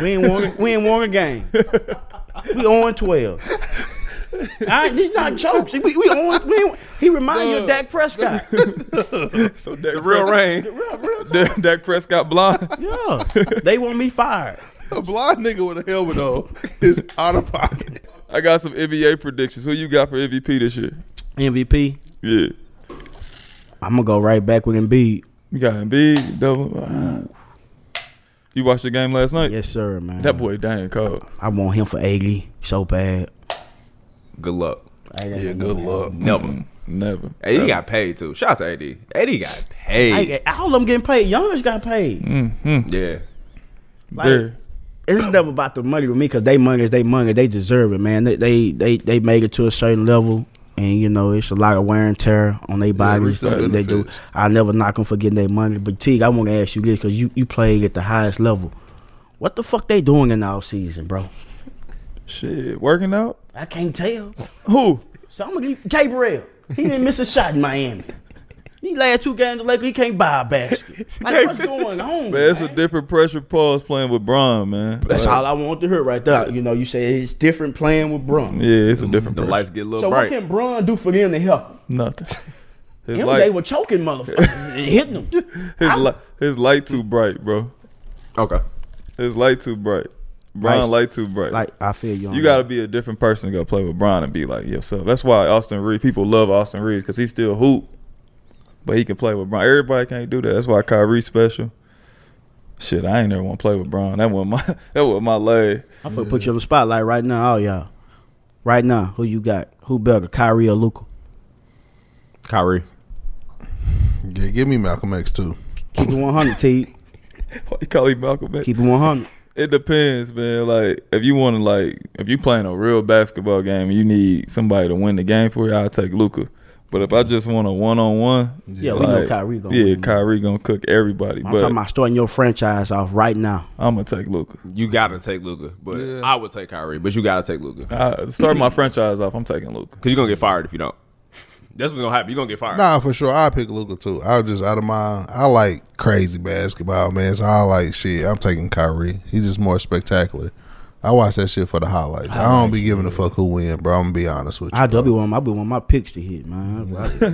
Speaker 5: we ain't won. We ain't won a game. We on twelve. I, these not jokes. We, we on. We, ain't- he reminds you of Dak Prescott.
Speaker 1: So Dak the
Speaker 2: *laughs* Real rain.
Speaker 1: Dak Prescott blind.
Speaker 5: Yeah, they want me fired.
Speaker 3: A blind nigga with a helmet *laughs* on is out of pocket.
Speaker 1: I got some NBA predictions. Who you got for MVP this year?
Speaker 5: MVP.
Speaker 1: Yeah,
Speaker 5: I'm gonna go right back with Embiid.
Speaker 1: you got Embiid, double. You watched the game last night.
Speaker 5: Yes, sir, man.
Speaker 1: That boy dang cold.
Speaker 5: I want him for eighty so bad.
Speaker 2: Good luck.
Speaker 3: Yeah, good luck.
Speaker 2: Never.
Speaker 1: Never.
Speaker 2: AD got paid too. Shout out to AD. AD got paid.
Speaker 5: Hey, all of them getting paid. Youngers got paid.
Speaker 1: Mm.
Speaker 2: Yeah.
Speaker 5: Like,
Speaker 1: Very.
Speaker 5: It's never about the money with me because they money is they money. They deserve it, man. They, they they they make it to a certain level, and you know it's a lot of wear and tear on their bodies.
Speaker 3: reap the
Speaker 5: that they do.
Speaker 3: benefits.
Speaker 5: I never knock them for getting their money. But Teague, I want to ask you this because you you played at the highest level. What the fuck they doing in the off season, bro?
Speaker 1: Shit, working out.
Speaker 5: I can't tell.
Speaker 1: Who?
Speaker 5: So I'm gonna give Gabriel. He didn't miss a shot in Miami. He last two games the Lakers. He can't buy
Speaker 1: *laughs*
Speaker 5: a basket. Like what's going on?
Speaker 1: Man, it's a
Speaker 5: man?
Speaker 1: different pressure. Paul's playing with Braun, man.
Speaker 5: That's all I want to hear right there. You know, you say it's different playing with Bron.
Speaker 1: Yeah, it's a different
Speaker 2: The
Speaker 1: pressure.
Speaker 2: lights get a little
Speaker 5: So
Speaker 2: bright.
Speaker 5: what can Bron do for them to help? him? *laughs*
Speaker 1: Nothing. His
Speaker 5: MJ
Speaker 1: light,
Speaker 5: were choking motherfuckers *laughs* and hitting
Speaker 1: *laughs*
Speaker 5: them.
Speaker 1: his, li- his light too bright, bro.
Speaker 2: okay.
Speaker 1: His light too bright. Brian
Speaker 5: Lights-
Speaker 1: light too bright.
Speaker 5: Like I feel you. On
Speaker 1: you got to be a different person to go play with Brian and be like yourself. That's why Austin Reed. People love Austin Reed because he still hoop, but he can play with Brian. Everybody can't do that. That's why Kyrie special. Shit, I ain't never want to play with Brian. That was my *laughs* that was my lay.
Speaker 5: I'm gonna put you on the spotlight right now, all y'all. Right now, who you got? Who better, Kyrie or Luca?
Speaker 2: Kyrie.
Speaker 3: Yeah, give me Malcolm X too.
Speaker 5: Keep it 100, T.
Speaker 1: *laughs* Why you call him Malcolm X?
Speaker 5: Keep it 100.
Speaker 1: It depends, man. Like if you want to, like if you playing a real basketball game, and you need somebody to win the game for you. I'll take Luca. But if I just want a one on one,
Speaker 5: Yeah, we know Kyrie gonna
Speaker 1: Yeah,
Speaker 5: win.
Speaker 1: Kyrie gonna cook everybody. *laughs*
Speaker 5: I'm
Speaker 1: but
Speaker 5: talking about starting your franchise off right now.
Speaker 1: I'm gonna take Luca.
Speaker 2: You gotta take Luca, but I would take Kyrie. But you gotta take Luca
Speaker 1: Uh, start my franchise off. I'm taking Luca.
Speaker 2: because you're gonna get fired if you don't. That's what's gonna happen. You're gonna get fired.
Speaker 3: Nah, for sure. I pick Luca too. I just out of my. I like crazy basketball, man. So I like shit. I'm taking Kyrie. He's just more spectacular. I watch that shit for the highlights. I, don't be giving a fuck who win, bro. I'm gonna be honest with you.
Speaker 5: I
Speaker 3: bro.
Speaker 5: will be one. I be one my picks to hit, man.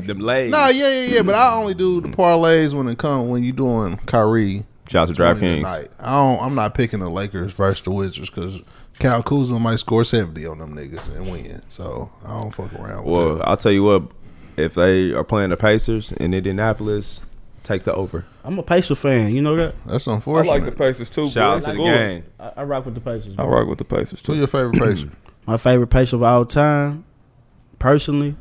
Speaker 2: Them legs.
Speaker 3: No, yeah, yeah, yeah. But I only do the parlays when it comes when you doing Kyrie
Speaker 2: Shout out to
Speaker 3: 20
Speaker 2: DraftKings.
Speaker 3: tonight. I don't. I'm not picking the Lakers versus the Wizards because Cal Kuzma might score seventy on them niggas and win. So I don't fuck around. with
Speaker 2: Well, I'll tell you what. If they are playing the Pacers in Indianapolis, take the over.
Speaker 5: I'm a Pacer fan. You know that.
Speaker 3: That's
Speaker 1: I like the Pacers too.
Speaker 2: Shout out
Speaker 1: boy.
Speaker 2: to the
Speaker 1: Good.
Speaker 2: game.
Speaker 5: I, I rock with the Pacers.
Speaker 1: I rock with the Pacers too.
Speaker 3: Who your favorite Pacer?
Speaker 5: My favorite Pacer of all time, personally,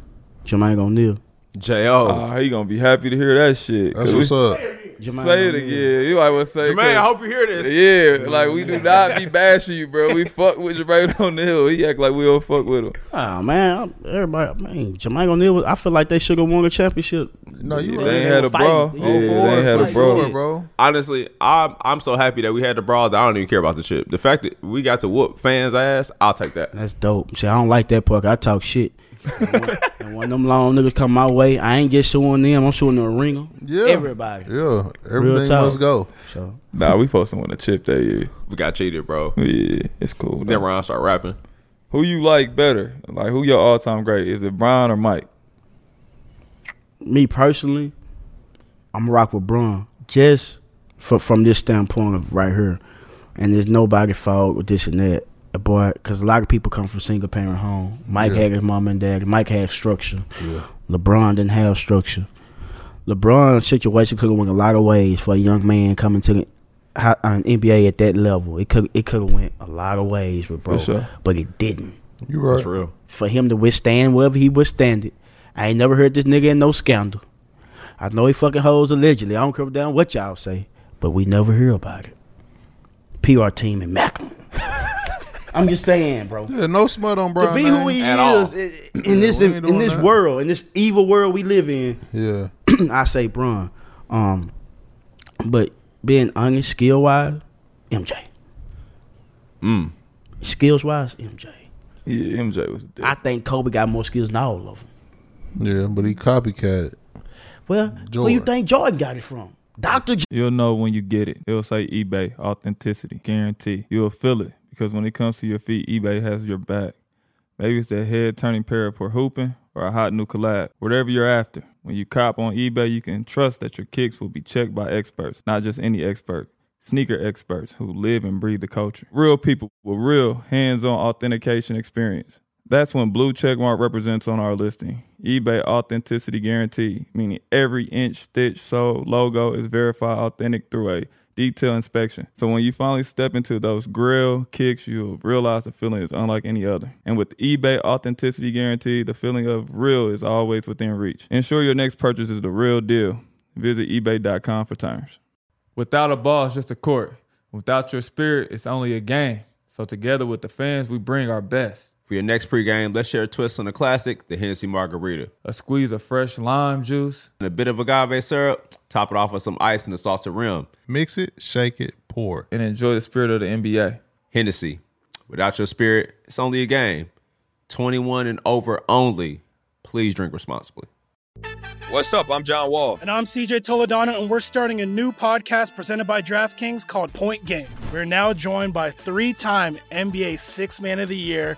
Speaker 5: Jermaine O'Neal.
Speaker 2: J.O.
Speaker 1: Ah, he gonna be happy to hear that shit.
Speaker 3: That's
Speaker 1: 'cause
Speaker 3: what's up.
Speaker 1: we- Say it again. You might want to say it, 'cause-
Speaker 2: Jermaine, I hope you hear this.
Speaker 1: Yeah, like we do not be bashing you, bro. We fuck with Jermaine *laughs* O'Neal. He act like we don't fuck with him.
Speaker 5: Oh man, I'm- everybody, man, Jermaine O'Neal. was- I feel like they should have won the championship.
Speaker 3: No, you
Speaker 1: Yeah,
Speaker 3: right.
Speaker 1: they ain't had a brawl.
Speaker 5: fighting.
Speaker 1: Yeah, they ain't had a
Speaker 5: for
Speaker 1: brawl.
Speaker 5: sure.
Speaker 3: bro.
Speaker 2: Honestly, I'm I'm so happy that we had the brawl that I don't even care about the chip. The fact that we got to whoop fans' ass, I'll take that.
Speaker 5: That's dope. See, I don't like that puck. I talk shit. and when them long niggas come my way, I ain't just suing them. I'm suing the ringer.
Speaker 3: Yeah,
Speaker 5: Everybody.
Speaker 3: Yeah, everything
Speaker 5: talk.
Speaker 3: must go.
Speaker 5: So
Speaker 1: Nah, we supposed to win a chip that year.
Speaker 2: We got cheated, bro.
Speaker 1: Yeah, it's cool.
Speaker 2: Then
Speaker 1: though.
Speaker 2: Ron started rapping.
Speaker 1: Who you like better? Like who your all time great? Is it Brian or Mike?
Speaker 5: me personally, I'm rock with Braun. Just for, from this standpoint of right here, and there's nobody fault with this and that. Uh, Boy, because a lot of people come from single parent home. Mike
Speaker 3: Yeah.
Speaker 5: had his mom and dad. Mike had structure.
Speaker 3: Yeah.
Speaker 5: LeBron didn't have structure. LeBron's situation could have went a lot of ways for a young man coming to the, uh, how, an NBA at that level. It could it could have went a lot of ways with bro,
Speaker 1: sure.
Speaker 5: but it didn't
Speaker 3: You right.
Speaker 2: That's real.
Speaker 5: for him to withstand whatever he withstanded. I ain't never heard this nigga in no scandal. I know he fucking hoes allegedly. I don't care down what y'all say, but we never hear about it. PR team in Macklin. *laughs* I'm just saying, bro.
Speaker 3: Yeah, no smut on Brian.
Speaker 5: to be who he
Speaker 2: At all.
Speaker 5: is i- in this
Speaker 3: we ain't
Speaker 5: in,
Speaker 3: doing
Speaker 5: this
Speaker 3: that.
Speaker 5: world, in this evil world we live in, *clears throat*
Speaker 3: Yeah,
Speaker 5: I say Bron. Um, but being honest, skill wise, MJ.
Speaker 3: Mm.
Speaker 5: Skills wise, MJ.
Speaker 1: Yeah, MJ was dead.
Speaker 5: I think Kobe got more skills than all of them.
Speaker 3: yeah, but he copycat.
Speaker 5: Well, who you
Speaker 3: Jordan.
Speaker 5: think Jordan got it from? Dr. J.
Speaker 1: You'll know when you get it. It'll say eBay authenticity guarantee. You'll feel it because when it comes to your feet, eBay has your back. Maybe it's that head turning pair for hooping or a hot new collab. Whatever you're after, when you cop on eBay, you can trust that your kicks will be checked by experts, not just any expert. Sneaker experts who live and breathe the culture. Real people with real hands-on authentication experience. That's when blue checkmark represents on our listing. eBay authenticity guarantee, meaning every inch, stitch, sole, logo is verified authentic through a detailed inspection. So when you finally step into those grill kicks, you'll realize the feeling is unlike any other. And with eBay authenticity guarantee, the feeling of real is always within reach. Ensure your next purchase is the real deal. Visit ebay.com for terms. Without a ball, it's just a court. Without your spirit, it's only a game. So together with the fans, we bring our best.
Speaker 2: For your next pregame, let's share a twist on the classic, the Hennessy Margarita.
Speaker 1: a squeeze of fresh lime juice.
Speaker 2: And a bit of agave syrup, top it off with some ice and a salted rim.
Speaker 3: Mix it, shake it, pour.
Speaker 1: and enjoy the spirit of the NBA.
Speaker 2: Hennessy. Without your spirit, it's only a game. 21 and over only. Please drink responsibly.
Speaker 6: What's up? I'm John Wall.
Speaker 7: And I'm CJ Toledano, and we're starting a new podcast presented by DraftKings called Point Game. We're now joined by three time NBA Six Man of the Year,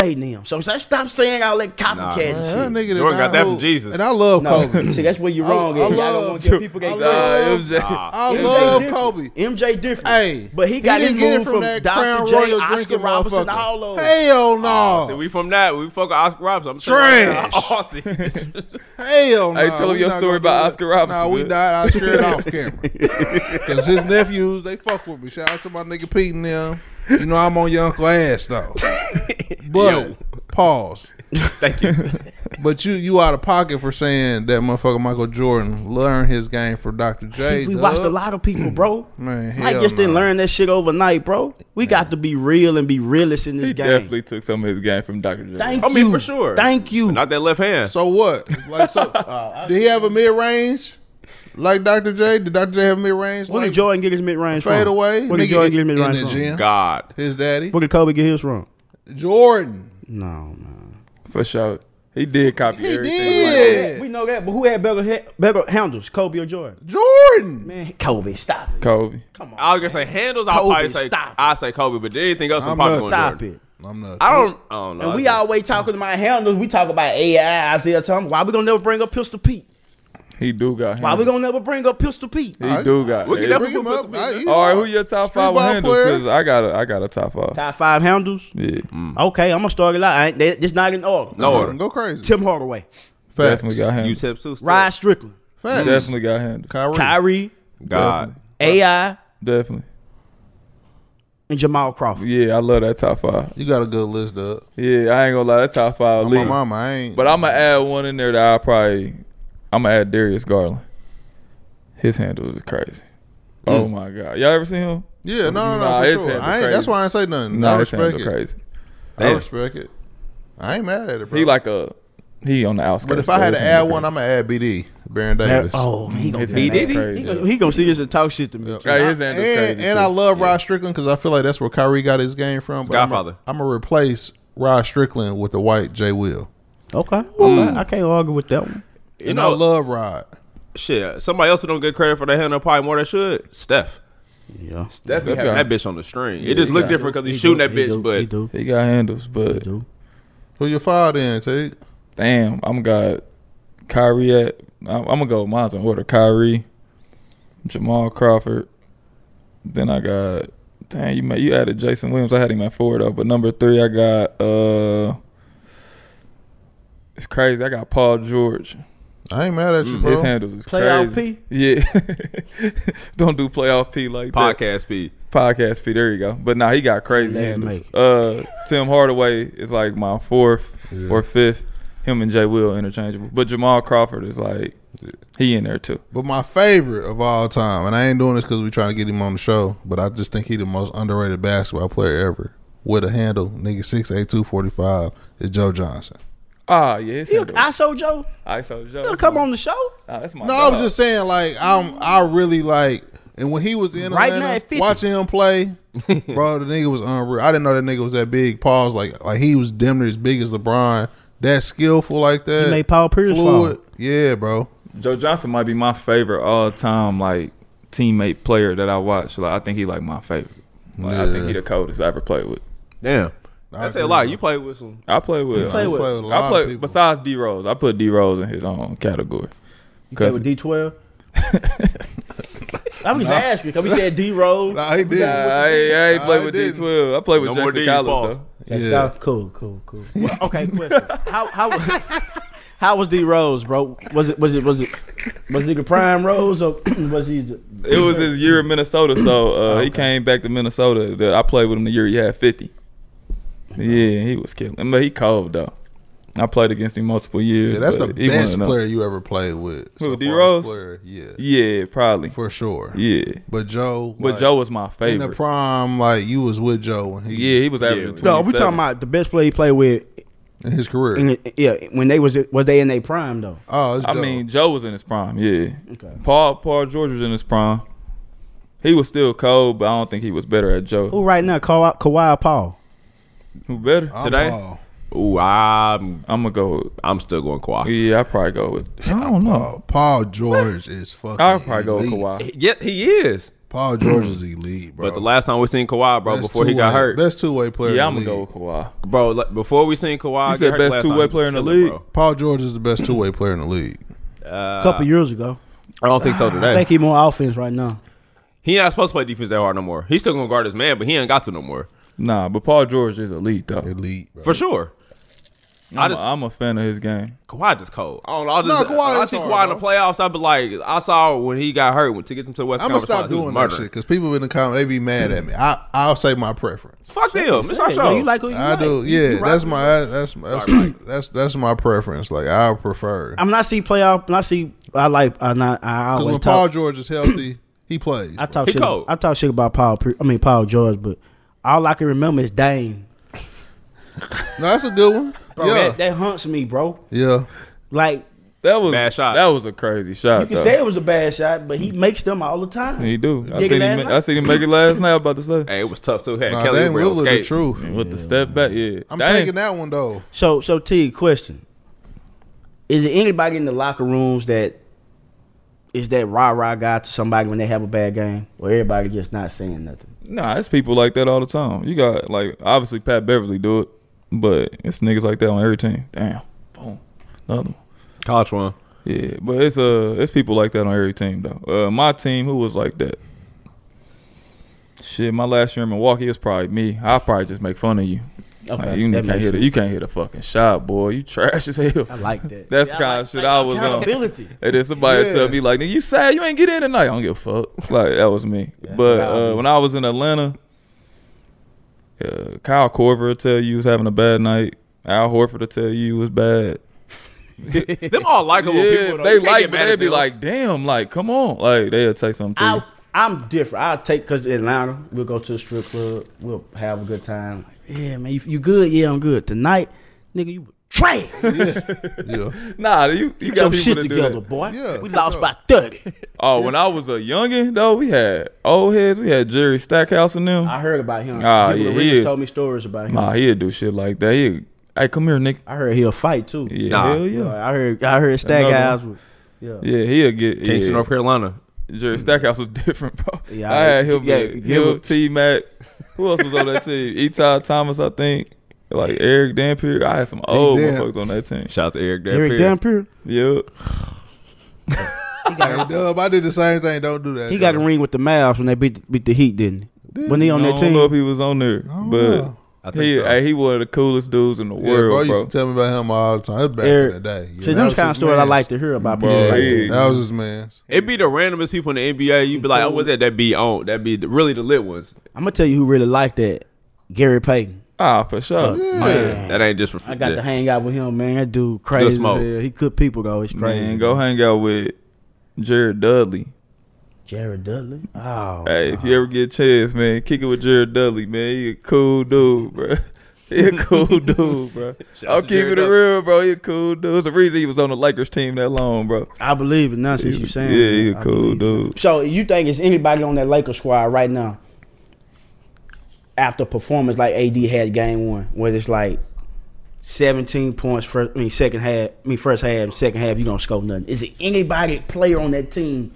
Speaker 5: hating him. So s- stop saying all that
Speaker 2: Nah.
Speaker 5: copycat
Speaker 3: Man,
Speaker 5: and
Speaker 3: that
Speaker 5: shit.
Speaker 3: nigga did
Speaker 2: Jordan got
Speaker 3: not
Speaker 2: that from
Speaker 3: hoop.
Speaker 2: Jesus.
Speaker 3: and I love Kobe.
Speaker 5: No, *laughs* *clears throat* see, that's where you're
Speaker 3: I-
Speaker 5: wrong.
Speaker 3: I
Speaker 5: at. Y'all don't
Speaker 3: love
Speaker 5: want to give people
Speaker 3: you.
Speaker 5: get
Speaker 3: I love-
Speaker 2: Nah.
Speaker 3: I
Speaker 5: MJ
Speaker 3: love
Speaker 5: different.
Speaker 3: Kobe.
Speaker 5: MJ different.
Speaker 3: Hey,
Speaker 5: but he got his
Speaker 3: didn't get it
Speaker 5: move from,
Speaker 3: that
Speaker 5: Dr.
Speaker 3: Crown
Speaker 5: J,
Speaker 3: Royal
Speaker 5: Oscar
Speaker 3: drinking
Speaker 5: Robinson,
Speaker 3: motherfucker.
Speaker 5: all of them.
Speaker 3: Hell
Speaker 2: Oh, see,
Speaker 3: no!
Speaker 2: we from that. We fuck with Oscar Robinson. I'm
Speaker 3: Trash.
Speaker 2: saying- *laughs* Oh, see. *laughs*
Speaker 3: Hell no!
Speaker 1: Hey, tell him
Speaker 3: We
Speaker 1: your
Speaker 3: not
Speaker 1: story
Speaker 3: gonna
Speaker 1: about
Speaker 3: do
Speaker 1: Oscar
Speaker 3: that.
Speaker 1: Robinson,
Speaker 3: Nah, we
Speaker 1: man.
Speaker 3: not. I shared off camera because his nephews they fuck with me. Shout out to my nigga Pete and them. You know I'm on your uncle ass though. But Pause. Thank you. *laughs* but you you out of pocket for saying that motherfucker Michael Jordan learned his game for Dr. J.
Speaker 5: we watched a
Speaker 3: dawg.
Speaker 5: lot of people, bro.
Speaker 3: *clears throat* Man, hell
Speaker 5: Mike just didn't
Speaker 3: no.
Speaker 5: learn that shit overnight, bro. We got to be real and be realist in this
Speaker 1: He
Speaker 5: game.
Speaker 1: definitely took some of his game from Dr. J.
Speaker 5: Thank
Speaker 2: I mean,
Speaker 5: you.
Speaker 2: for sure.
Speaker 5: Thank you.
Speaker 2: *laughs* Not that left
Speaker 6: *laughs*
Speaker 2: hand.
Speaker 3: So what? Like so, did he have a mid range? Like Dr. J? Did Dr. J have mid range?
Speaker 5: Where
Speaker 3: Like
Speaker 5: did Jordan get his mid range from?
Speaker 3: fade away?
Speaker 5: Where did
Speaker 3: Nigga,
Speaker 5: Jordan get his mid
Speaker 3: in
Speaker 5: range
Speaker 3: the
Speaker 5: from?
Speaker 3: gym.
Speaker 2: God.
Speaker 3: His daddy,
Speaker 5: Where did Kobe get his from?
Speaker 3: Jordan.
Speaker 5: No, man.
Speaker 1: For sure. He did copy
Speaker 3: He
Speaker 1: everything.
Speaker 3: did.
Speaker 5: We know that, but who had better he- better handles, Kobe or Jordan?
Speaker 3: Jordan.
Speaker 5: Man, Kobe, stop it.
Speaker 1: Kobe.
Speaker 2: I was gonna say handles. I'll
Speaker 5: Kobe,
Speaker 2: probably say
Speaker 5: stop it.
Speaker 2: I say Kobe, but anything else I'm
Speaker 3: I'm
Speaker 2: probably
Speaker 3: not-
Speaker 2: going
Speaker 5: Stop
Speaker 2: Jordan.
Speaker 5: it.
Speaker 3: I'm not.
Speaker 2: I don't. I don't know.
Speaker 5: And we
Speaker 2: I
Speaker 5: always talking about handles. We talk about AI, Isaiah Thomas. Why we gonna never bring up Pistol Pete?
Speaker 1: He do got him.
Speaker 5: Why we gonna never bring up Pistol Pete?
Speaker 1: He do got
Speaker 2: Look at
Speaker 1: him.
Speaker 2: that.
Speaker 3: Bring him up. I- he-
Speaker 1: All right, who your top
Speaker 3: Street
Speaker 1: five with
Speaker 3: ball
Speaker 1: handles?
Speaker 3: player.
Speaker 1: 'Cause I got a, I got a top five.
Speaker 5: Top five handles.
Speaker 1: Yeah,
Speaker 3: Mm.
Speaker 5: Okay, I'm gonna start it out. I ain't- they- It's not in order.
Speaker 2: Hmm. no order.
Speaker 3: Go crazy.
Speaker 5: Tim Hardaway,
Speaker 3: Facts.
Speaker 1: definitely got
Speaker 2: You
Speaker 1: handles.
Speaker 2: tips too. still.
Speaker 5: Rod Strickland,
Speaker 3: Facts.
Speaker 1: Definitely got handles.
Speaker 3: Kyrie.
Speaker 5: Kyrie,
Speaker 2: God.
Speaker 5: AI,
Speaker 1: Definitely.
Speaker 5: and Jamal Crawford.
Speaker 1: Yeah, I love that top five.
Speaker 3: You got a good list up.
Speaker 1: Yeah, I ain't gonna lie, that top five
Speaker 3: My
Speaker 1: league.
Speaker 3: mama, I ain't.
Speaker 1: But I'm gonna add one in there that I probably I'm gonna add Darius Garland. His handles is crazy.
Speaker 3: Hmm.
Speaker 1: Oh my god, y'all ever seen him?
Speaker 3: yeah, no, no,
Speaker 1: Nah,
Speaker 3: no, for
Speaker 1: his
Speaker 3: sure.
Speaker 1: hands are
Speaker 3: I ain't,
Speaker 1: crazy.
Speaker 3: that's why I ain't say nothing.
Speaker 1: Nah,
Speaker 3: I
Speaker 1: his
Speaker 3: respect
Speaker 1: handles
Speaker 3: it.
Speaker 1: are crazy.
Speaker 3: I
Speaker 2: Damn.
Speaker 3: respect it. I ain't mad at it, bro.
Speaker 1: He like a he on the outskirts.
Speaker 3: but if I had
Speaker 1: bro. His
Speaker 3: to
Speaker 1: handles
Speaker 3: add one, I'm gonna add BD, Baron Davis.
Speaker 5: Oh, he gonna
Speaker 1: His
Speaker 5: be
Speaker 1: handles
Speaker 5: mad.
Speaker 2: did he?
Speaker 1: crazy.
Speaker 5: He gonna, he gonna see this and talk shit to me.
Speaker 3: Yep.
Speaker 1: Right, his
Speaker 3: and
Speaker 1: hand is crazy,
Speaker 3: and
Speaker 1: too.
Speaker 3: I love Rod Strickland because I feel like that's where Kyrie got his game from. But
Speaker 2: Godfather.
Speaker 3: I'm gonna replace Rod Strickland with the white J. Will.
Speaker 5: Okay,
Speaker 2: Hmm.
Speaker 5: okay, I can't argue with that one.
Speaker 2: You
Speaker 3: and
Speaker 2: know,
Speaker 3: I love Rod.
Speaker 2: shit. Somebody else who don't get credit for the handle probably more than should. Steph.
Speaker 5: Yeah,
Speaker 2: Steph be
Speaker 1: Steph
Speaker 2: having
Speaker 1: got-
Speaker 2: that bitch on the string.
Speaker 1: Yeah,
Speaker 2: it just
Speaker 1: he
Speaker 2: looked
Speaker 1: got-
Speaker 2: different because he's shooting that bitch. but
Speaker 5: he do.
Speaker 1: He got handles, but
Speaker 5: do.
Speaker 3: Who you fired in, T?
Speaker 1: damn, I'm got Kyrie at. I'm, I'm gonna go mine's in order. Kyrie, Jamal Crawford. Then I got damn you. ma- You added Jason Williams. I had him at four though. But number three, I got uh. It's crazy. I got Paul George.
Speaker 3: I ain't mad at you, bro.
Speaker 1: Mm, His handles is
Speaker 5: Playoff
Speaker 1: crazy. Yeah. *laughs* Don't do playoff P like that.
Speaker 2: podcast speed.
Speaker 1: Podcast P. There you go. But now nah, he got crazy
Speaker 5: Let him
Speaker 1: handles.
Speaker 5: make
Speaker 1: Uh, Tim Hardaway is like my fourth or fifth. Him and Jay Will interchangeable. But Jamal Crawford is like he in there too.
Speaker 3: But my favorite of all time, and I ain't doing this because we trying to get him on the show, but I just think he the most underrated basketball player ever. With a handle, nigga six eight two forty five is Joe Johnson.
Speaker 1: Ah, yeah, his
Speaker 5: He'll,
Speaker 1: handle.
Speaker 5: I saw Joe.
Speaker 1: ISO Joe.
Speaker 5: He'll
Speaker 1: that's
Speaker 5: come
Speaker 1: my-
Speaker 5: on the show.
Speaker 1: Nah, that's my
Speaker 3: No, I'm
Speaker 1: dog.
Speaker 3: just saying, like, I'm I really like and when he was in
Speaker 5: Right now
Speaker 3: Atlanta,
Speaker 5: at 50.
Speaker 3: watching him play, bro, the nigga was unreal. I didn't know that nigga was that big. Pause, like, like he was damn near as big as LeBron. That skillful like that,
Speaker 5: He made Paul Pierce
Speaker 3: fluid. Yeah, bro.
Speaker 1: Joe Johnson might be my favorite all time like teammate player that I watch. Like I think he like my favorite. Like, I think
Speaker 3: Yeah.
Speaker 1: he the coldest I ever played with.
Speaker 2: Damn.
Speaker 3: I
Speaker 2: I said a
Speaker 3: agree.
Speaker 2: lot. You play with some.
Speaker 1: I play with. uh,
Speaker 5: play
Speaker 3: He
Speaker 5: with-
Speaker 3: played with a
Speaker 1: I
Speaker 3: lot of
Speaker 1: play
Speaker 3: people.
Speaker 1: besides D Rose. I put D Rose in his own category.
Speaker 5: Play
Speaker 1: Because
Speaker 5: with D twelve. *laughs* I'm just asking because we said D Rose.
Speaker 3: Nah, he did.
Speaker 1: Nah, Uh, I, ain't- I ain't
Speaker 3: Nah,
Speaker 1: play
Speaker 3: *laughs* I
Speaker 1: with D
Speaker 3: didn't.
Speaker 1: twelve. I play with
Speaker 2: No more
Speaker 1: Jason
Speaker 2: D's,
Speaker 1: Collins
Speaker 2: pause.
Speaker 1: though.
Speaker 3: Yeah.
Speaker 5: Cool, cool, cool. Well, okay, question. How how *laughs* was- how was D Rose, bro? Was it was it was it was it the prime Rose or *clears throat* was he? The,
Speaker 1: It was his year in Minnesota, so uh, he came back to Minnesota. That I played with him the year he had fifty. Yeah, he was killing. But he cold though. I played against him multiple years.
Speaker 3: Yeah, that's the
Speaker 1: but he
Speaker 3: best
Speaker 1: wasn't up.
Speaker 3: player you ever played with.
Speaker 1: Who,
Speaker 3: far as
Speaker 1: D-Rose?
Speaker 3: player, yeah,
Speaker 1: Yeah, probably.
Speaker 3: for sure.
Speaker 1: Yeah,
Speaker 3: But Joe,
Speaker 1: but
Speaker 3: like,
Speaker 1: Joe was my
Speaker 3: in
Speaker 1: favorite.
Speaker 3: the prime, like you was with Joe when he
Speaker 1: yeah, he was averaging.
Speaker 5: no, we
Speaker 1: 27.
Speaker 5: talking about the best player he played with.
Speaker 3: in his career.
Speaker 5: In, yeah, when they was was they in their prime though?
Speaker 3: oh, it's
Speaker 1: I
Speaker 3: Joe.
Speaker 1: mean, Joe was in his prime. Yeah.
Speaker 5: Okay.
Speaker 1: Paul Paul George was in his prime. He was still cold, but I don't think he was better at Joe.
Speaker 5: Who right now? Call out Kawhi Paul.
Speaker 1: Who better?
Speaker 3: I'm
Speaker 2: today?
Speaker 3: all-
Speaker 2: Ooh, I'm.
Speaker 1: I'm gonna go.
Speaker 2: I'm still going Kawhi.
Speaker 1: Yeah, I probably go with. I don't know.
Speaker 3: Paul, Oh, Paul George is fucking.
Speaker 1: I'll probably go with
Speaker 3: elite.
Speaker 1: Kawhi.
Speaker 2: Yeah, he is.
Speaker 3: Paul George is elite, bro.
Speaker 2: But the last time we seen Kawhi, bro,
Speaker 3: Best
Speaker 2: before he
Speaker 3: two-way-
Speaker 2: got hurt,
Speaker 3: best two way player.
Speaker 1: Yeah,
Speaker 3: in
Speaker 1: I'm
Speaker 3: the
Speaker 1: gonna go
Speaker 3: league.
Speaker 1: with Kawhi.
Speaker 2: bro. like, Before we seen Kawhi,
Speaker 1: You
Speaker 2: get
Speaker 1: said
Speaker 2: hurt
Speaker 1: best
Speaker 2: last time,
Speaker 1: two-way
Speaker 2: he was
Speaker 1: player in the
Speaker 2: killing,
Speaker 1: league?
Speaker 2: bro.
Speaker 3: Paul George is the best two way player in the league. Uh,
Speaker 5: A couple years ago.
Speaker 2: I don't
Speaker 1: Ah,
Speaker 2: think so
Speaker 5: I
Speaker 2: today.
Speaker 5: think he more offense right now.
Speaker 2: He not supposed to play defense that hard no more. He's still gonna guard his man, but he ain't got to no more
Speaker 1: Nah, but Paul George is elite though.
Speaker 3: Elite, bro.
Speaker 2: for sure.
Speaker 1: I'm, a, I'm a fan of his game.
Speaker 2: Kawhi just cold. I don't know. I
Speaker 1: No,
Speaker 2: just,
Speaker 1: Kawhi
Speaker 2: I
Speaker 1: is
Speaker 2: see
Speaker 1: hard,
Speaker 2: Kawhi in the playoffs. I be like, I saw when he got hurt when to get him to the West
Speaker 3: I'm gonna
Speaker 2: Conference Finals,
Speaker 3: stop
Speaker 2: he was
Speaker 3: doing that
Speaker 2: murdering.
Speaker 3: shit because people in the comment they be mad at me. I I'll say my preference.
Speaker 2: Fuck them. It's our
Speaker 5: Say it, man.
Speaker 2: show.
Speaker 5: You like who you
Speaker 3: Oh, I
Speaker 5: like.
Speaker 3: do.
Speaker 5: You-
Speaker 3: Yeah,
Speaker 5: you rock
Speaker 3: that's
Speaker 5: with
Speaker 3: my
Speaker 5: it.
Speaker 3: that's that's that's, that's my preference. Like I prefer
Speaker 5: I'm not see playoff. When I see, I like. I not. I
Speaker 3: because
Speaker 5: always
Speaker 3: when
Speaker 5: talk.
Speaker 3: Paul George is healthy, he plays.
Speaker 5: I talk
Speaker 3: bro.
Speaker 5: shit. I talk shit about Paul. Pe- I mean Paul George, but all I can remember is Dame.
Speaker 3: no, that's a good one.
Speaker 5: Bro,
Speaker 3: Yeah.
Speaker 5: that, that haunts me, bro.
Speaker 3: Yeah,
Speaker 5: like
Speaker 1: that was bad shot. That was a crazy shot.
Speaker 5: You can
Speaker 1: though.
Speaker 5: say it was a bad shot, but he makes them all the time.
Speaker 1: He do. I
Speaker 5: Nigga,
Speaker 1: seen
Speaker 5: that
Speaker 1: him.
Speaker 5: night-
Speaker 1: I seen him make it last night. I was About to *laughs* say.
Speaker 2: Hey, it was tough too. Had
Speaker 1: Nah,
Speaker 2: Kelly
Speaker 1: Dame
Speaker 2: Oubre on
Speaker 1: Lillard the
Speaker 2: skates.
Speaker 1: truth. With the step back, yeah.
Speaker 3: I'm
Speaker 1: Dang.
Speaker 3: taking that one though.
Speaker 5: So, so T question: Is there anybody in the locker rooms that is that rah rah guy to somebody when they have a bad game, or everybody just not saying nothing?
Speaker 1: Nah, it's people like that all the time. You got like obviously Pat Beverly do it, but it's niggas like that on every team. Damn, boom, another one.
Speaker 2: College one.
Speaker 1: Yeah, but it's uh it's people like that on every team though. Uh, my team who was like that. Shit, my last year in Milwaukee it's probably me. I probably just make fun of you.
Speaker 5: Okay,
Speaker 1: Like, you
Speaker 5: that
Speaker 1: can't
Speaker 5: makes
Speaker 1: hit a,
Speaker 5: sense.
Speaker 1: you can't hit a fucking shot, boy. You trash as hell.
Speaker 5: I like that.
Speaker 1: That's
Speaker 5: Yeah, I
Speaker 1: kind
Speaker 5: like-
Speaker 1: of shit
Speaker 5: like
Speaker 1: I was on.
Speaker 5: accountability.
Speaker 1: And then somebody
Speaker 5: Yeah.
Speaker 1: tell me like, "Nigga, you sad? You ain't get in tonight." I don't give a fuck. Like that was me. but
Speaker 5: what I would
Speaker 1: uh,
Speaker 5: do.
Speaker 1: when I was in Atlanta, uh, Kyle Corver will tell you he was having a bad night. Al Horford will tell you he was bad.
Speaker 2: *laughs* them all likable
Speaker 1: yeah,
Speaker 2: people. Though.
Speaker 1: they
Speaker 2: You can't
Speaker 1: like,
Speaker 2: get
Speaker 1: but
Speaker 2: mad
Speaker 1: they
Speaker 2: at
Speaker 1: be
Speaker 2: them.
Speaker 1: like, "Damn, like, come on, like they'll take something to
Speaker 5: I,
Speaker 1: you."
Speaker 5: I'm different. I'll take because Atlanta. We'll go to a strip club. We'll have a good time. Like, yeah, man, you, you good? Yeah, I'm good. Tonight, nigga, you trash.
Speaker 1: Nah, you you got
Speaker 5: Get your
Speaker 1: people
Speaker 5: shit
Speaker 1: that do
Speaker 5: together,
Speaker 1: that.
Speaker 5: boy.
Speaker 3: Yeah,
Speaker 5: we lost by thirty.
Speaker 1: Oh, when I was a youngin' though, we had old heads. We had Jerry Stackhouse and them.
Speaker 5: I heard about him.
Speaker 1: Ah,
Speaker 5: People
Speaker 1: yeah,
Speaker 5: in Richmond
Speaker 1: he-
Speaker 5: told me stories about him.
Speaker 1: Nah, he'd do shit like that. He, hey, come here, Nick.
Speaker 5: I heard he'll fight too.
Speaker 1: Yeah,
Speaker 2: Nah.
Speaker 1: hell yeah.
Speaker 5: I heard. I heard Stackhouse.
Speaker 1: Another
Speaker 5: was- Yeah.
Speaker 1: Yeah, he'll get
Speaker 2: Kingston,
Speaker 1: yeah.
Speaker 2: North Carolina.
Speaker 1: Jerry Stackhouse was *laughs* different, bro.
Speaker 5: Yeah,
Speaker 1: I had him.
Speaker 5: yeah,
Speaker 1: Yeah,
Speaker 5: Gilbert.
Speaker 1: him, T Mac. Who else was on that team? Etai Thomas, I think. Like Eric Dampier. I had some old
Speaker 3: Damp.
Speaker 1: motherfuckers on that team.
Speaker 2: Shout out to Eric Dampier.
Speaker 5: Eric Dampier.
Speaker 1: Yep.
Speaker 3: Hey, Dub, I did the same thing. Don't do that.
Speaker 5: He got a
Speaker 3: Dub.
Speaker 5: ring with the Mavs when they beat beat the Heat, didn't he? When he on
Speaker 1: I
Speaker 5: that
Speaker 1: don't know if
Speaker 5: team,
Speaker 1: he was on there,
Speaker 3: don't
Speaker 1: but
Speaker 3: know.
Speaker 2: I think
Speaker 1: he
Speaker 2: so.
Speaker 1: hey, he one of the coolest dudes in the
Speaker 3: Yeah, bro,
Speaker 1: world,
Speaker 3: you
Speaker 1: bro.
Speaker 3: used to tell me about him all the time. That's back in
Speaker 5: Eric.
Speaker 3: the day. Yeah,
Speaker 5: See,
Speaker 3: that
Speaker 5: those
Speaker 3: was
Speaker 5: kind
Speaker 3: his
Speaker 5: of stories I
Speaker 3: man's.
Speaker 5: like to hear about.
Speaker 1: Bro,
Speaker 5: people like
Speaker 1: yeah.
Speaker 5: that.
Speaker 3: That was his man's.
Speaker 2: It be the randomest people in the NBA. You be like, oh, what's that? That be on. That be the, really the lit ones.
Speaker 5: I'm gonna tell you who really liked that. Gary Payton.
Speaker 1: Ah, for sure.
Speaker 5: Man,
Speaker 2: That ain't just for.
Speaker 5: I got
Speaker 2: yeah.
Speaker 5: to hang out with him, man. That dude crazy. as
Speaker 2: smoke.
Speaker 5: hell. He could people though. It's crazy.
Speaker 1: Man, go hang out with Jared Dudley.
Speaker 5: Jared Dudley. Oh,
Speaker 1: Hey, if you ever get a chance, man, kick it with Jared Dudley, man. He a cool
Speaker 2: *laughs*
Speaker 1: dude, bro. He a cool dude, bro.
Speaker 2: Shout out
Speaker 1: I'll
Speaker 2: to
Speaker 1: keep
Speaker 2: Jared
Speaker 1: it
Speaker 2: Dudley.
Speaker 1: real, bro. He a cool dude. It's the reason he was on the Lakers team that long, bro.
Speaker 5: I believe it now since
Speaker 1: He-
Speaker 5: you saying.
Speaker 1: yeah,
Speaker 5: it,
Speaker 1: he a
Speaker 5: I
Speaker 1: cool
Speaker 5: believe it.
Speaker 1: dude.
Speaker 5: So you think it's anybody on that Lakers squad right now? After performance like AD had game one, where it's like seventeen points first, I mean second half, I mean first half, second half, you gonna score nothing. Is it anybody player on that team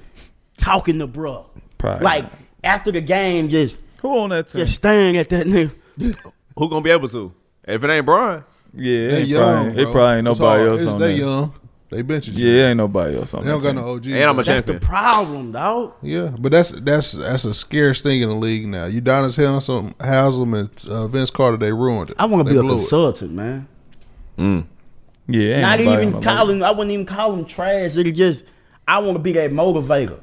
Speaker 5: talking to bro?
Speaker 1: Probably
Speaker 5: Like
Speaker 1: not.
Speaker 5: after the game, just
Speaker 1: Who on that team?
Speaker 5: just staring at that nigga.
Speaker 2: Who gonna be able to? If it ain't Brian,
Speaker 1: Yeah, it
Speaker 3: They
Speaker 1: ain't
Speaker 3: young.
Speaker 1: probably, it
Speaker 3: bro.
Speaker 1: probably ain't
Speaker 3: It's
Speaker 1: nobody
Speaker 3: hard.
Speaker 1: else
Speaker 3: It's-
Speaker 1: on
Speaker 3: They
Speaker 1: that.
Speaker 3: young. They benches. you.
Speaker 1: Yeah, it ain't nobody else on
Speaker 3: They don't
Speaker 1: that
Speaker 3: got no OG.
Speaker 2: and I'm a
Speaker 5: That's the
Speaker 2: champion.
Speaker 5: problem, dog.
Speaker 3: Yeah, but that's that's that's a scarce thing in the league now. Udonis Haslam, Haslam, and uh, Vince Carter, they ruined it.
Speaker 5: I want
Speaker 3: They
Speaker 5: to be a
Speaker 3: blew it.
Speaker 5: consultant, man.
Speaker 1: team. Yeah, ain't
Speaker 5: Not
Speaker 1: nobody
Speaker 5: even
Speaker 1: on that
Speaker 5: call him. I wouldn't even call him trash. It just I want to be that motivator.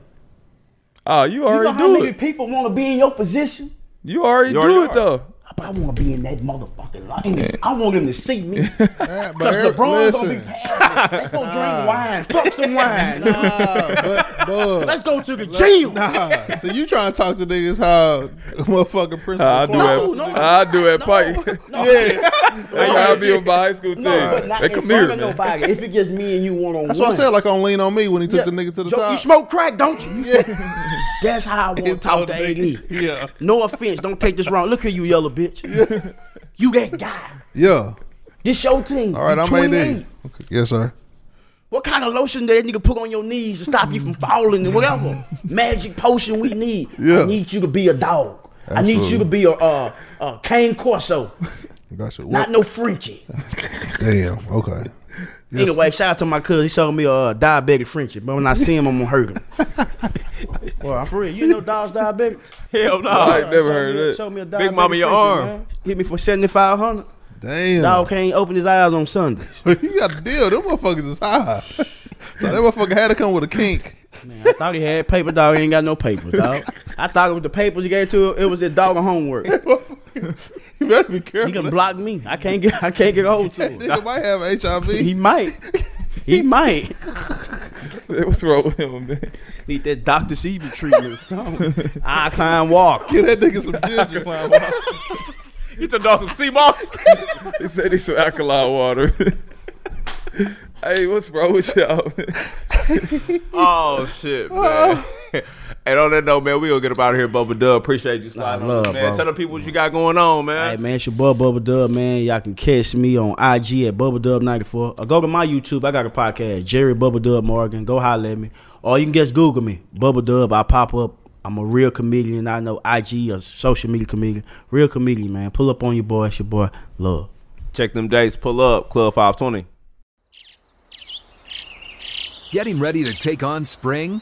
Speaker 1: Oh, you
Speaker 5: You know
Speaker 1: already
Speaker 5: how
Speaker 1: do
Speaker 5: many
Speaker 1: it.
Speaker 5: people want to be in your position?
Speaker 1: You already
Speaker 2: You
Speaker 1: do
Speaker 2: already
Speaker 1: it
Speaker 2: are.
Speaker 1: though.
Speaker 5: But I want to be in that motherfucking line. I want them to see me.
Speaker 3: *laughs* Yeah, but
Speaker 5: Because
Speaker 3: every-
Speaker 5: LeBron gonna be
Speaker 3: listen.
Speaker 5: passing.
Speaker 3: *laughs*
Speaker 5: Let's go drink wine. Fuck some wine.
Speaker 3: Nah,
Speaker 1: *laughs*
Speaker 3: but, bud,
Speaker 5: Let's go to the
Speaker 3: *laughs*
Speaker 5: gym.
Speaker 3: Nah, so you trying to talk to niggas how *laughs* motherfucking Prince?
Speaker 1: Ah, I do
Speaker 5: No,
Speaker 1: it.
Speaker 5: no,
Speaker 1: I do it, *laughs* Pike.
Speaker 3: Yeah,
Speaker 1: That's how I be on my high school team.
Speaker 5: No, but not
Speaker 1: Hey,
Speaker 5: in
Speaker 1: come
Speaker 5: front
Speaker 1: here,
Speaker 5: of
Speaker 1: man.
Speaker 5: nobody. If it's just me and you one on
Speaker 3: that's
Speaker 5: one.
Speaker 3: what I said. Like on Lean on Me when he took
Speaker 5: Yeah.
Speaker 3: the nigga to the
Speaker 5: Yo,
Speaker 3: top.
Speaker 5: You smoke crack, don't you?
Speaker 3: Yeah,
Speaker 5: *laughs* That's how I want to talk to AD.
Speaker 3: Yeah.
Speaker 5: No offense. Don't take this wrong. Look here, you yellow bitch. You that guy.
Speaker 3: yeah.
Speaker 5: This your team.
Speaker 3: All right,
Speaker 5: You
Speaker 3: I'm AD.
Speaker 5: 28.
Speaker 3: Okay. Yes, sir.
Speaker 5: What kind of lotion that nigga put on your knees to stop you from falling and whatever?
Speaker 3: *laughs*
Speaker 5: Magic potion we need.
Speaker 3: Yeah.
Speaker 5: I need you to be a dog. I need you to
Speaker 3: Absolutely.
Speaker 5: be a uh, uh, Cane Corso,
Speaker 3: Gotcha. What?
Speaker 5: not no Frenchie.
Speaker 3: Damn. Okay. *laughs* Yes.
Speaker 5: Anyway, shout out to my cousin. He sold me a uh, diabetic Frenchie, but when I see him, I'm
Speaker 3: *laughs*
Speaker 5: gonna hurt him. well, I'm free. You know dogs diabetic?
Speaker 2: Hell
Speaker 1: *laughs*
Speaker 2: no.
Speaker 1: I ain't never heard of that.
Speaker 5: Show me a
Speaker 2: Big mama,
Speaker 5: diabetic
Speaker 2: your
Speaker 5: Frenchie,
Speaker 2: arm.
Speaker 5: man. Hit me for seventy five hundred.
Speaker 3: Damn.
Speaker 5: Dog can't open his eyes
Speaker 1: *laughs*
Speaker 5: on Sundays.
Speaker 3: *laughs* you got a deal. Them motherfuckers is high. *laughs* So that motherfucker had to come with a kink. *laughs*
Speaker 5: Man, I thought he had paper, dog. He ain't got no paper, dog. I thought it was the papers you gave to him. It was his dog and homework.
Speaker 3: you better be careful.
Speaker 5: He can block me. I can't get. I can't get a hold to
Speaker 1: *laughs*
Speaker 5: him.
Speaker 3: Nigga might have HIV.
Speaker 5: *laughs* He might. He might.
Speaker 1: *laughs* What's wrong with him, man?
Speaker 5: Need that Dr. Sebi treatment or something.
Speaker 1: *laughs*
Speaker 5: I can walk.
Speaker 3: Get that nigga
Speaker 5: *laughs*
Speaker 3: some ginger.
Speaker 1: Get your dog some sea moss. *laughs* he said he's some alkaline water. *laughs* hey, what's wrong with y'all? *laughs*
Speaker 2: Oh shit, man. *laughs* and on that note, man, we gonna get up out of here, Bubba Dub. Appreciate you sliding on,
Speaker 5: love,
Speaker 2: us, man.
Speaker 5: bro.
Speaker 2: Tell the people what you got going on, man.
Speaker 5: Hey man, it's your bub Bubba Dub, man. Y'all can catch me on IG at Bubba Dub 94. Or go to my YouTube. I got a podcast, Jerry Bubba Dub Morgan. Go holler at me. Or you can just Google me. Bubba Dub. I pop up. I'm a real comedian. I know IG or social media comedian. Real comedian, man. Pull up on your boy. It's your boy. Love.
Speaker 2: Check them dates. Pull up, Club 520.
Speaker 10: Getting ready to take on spring?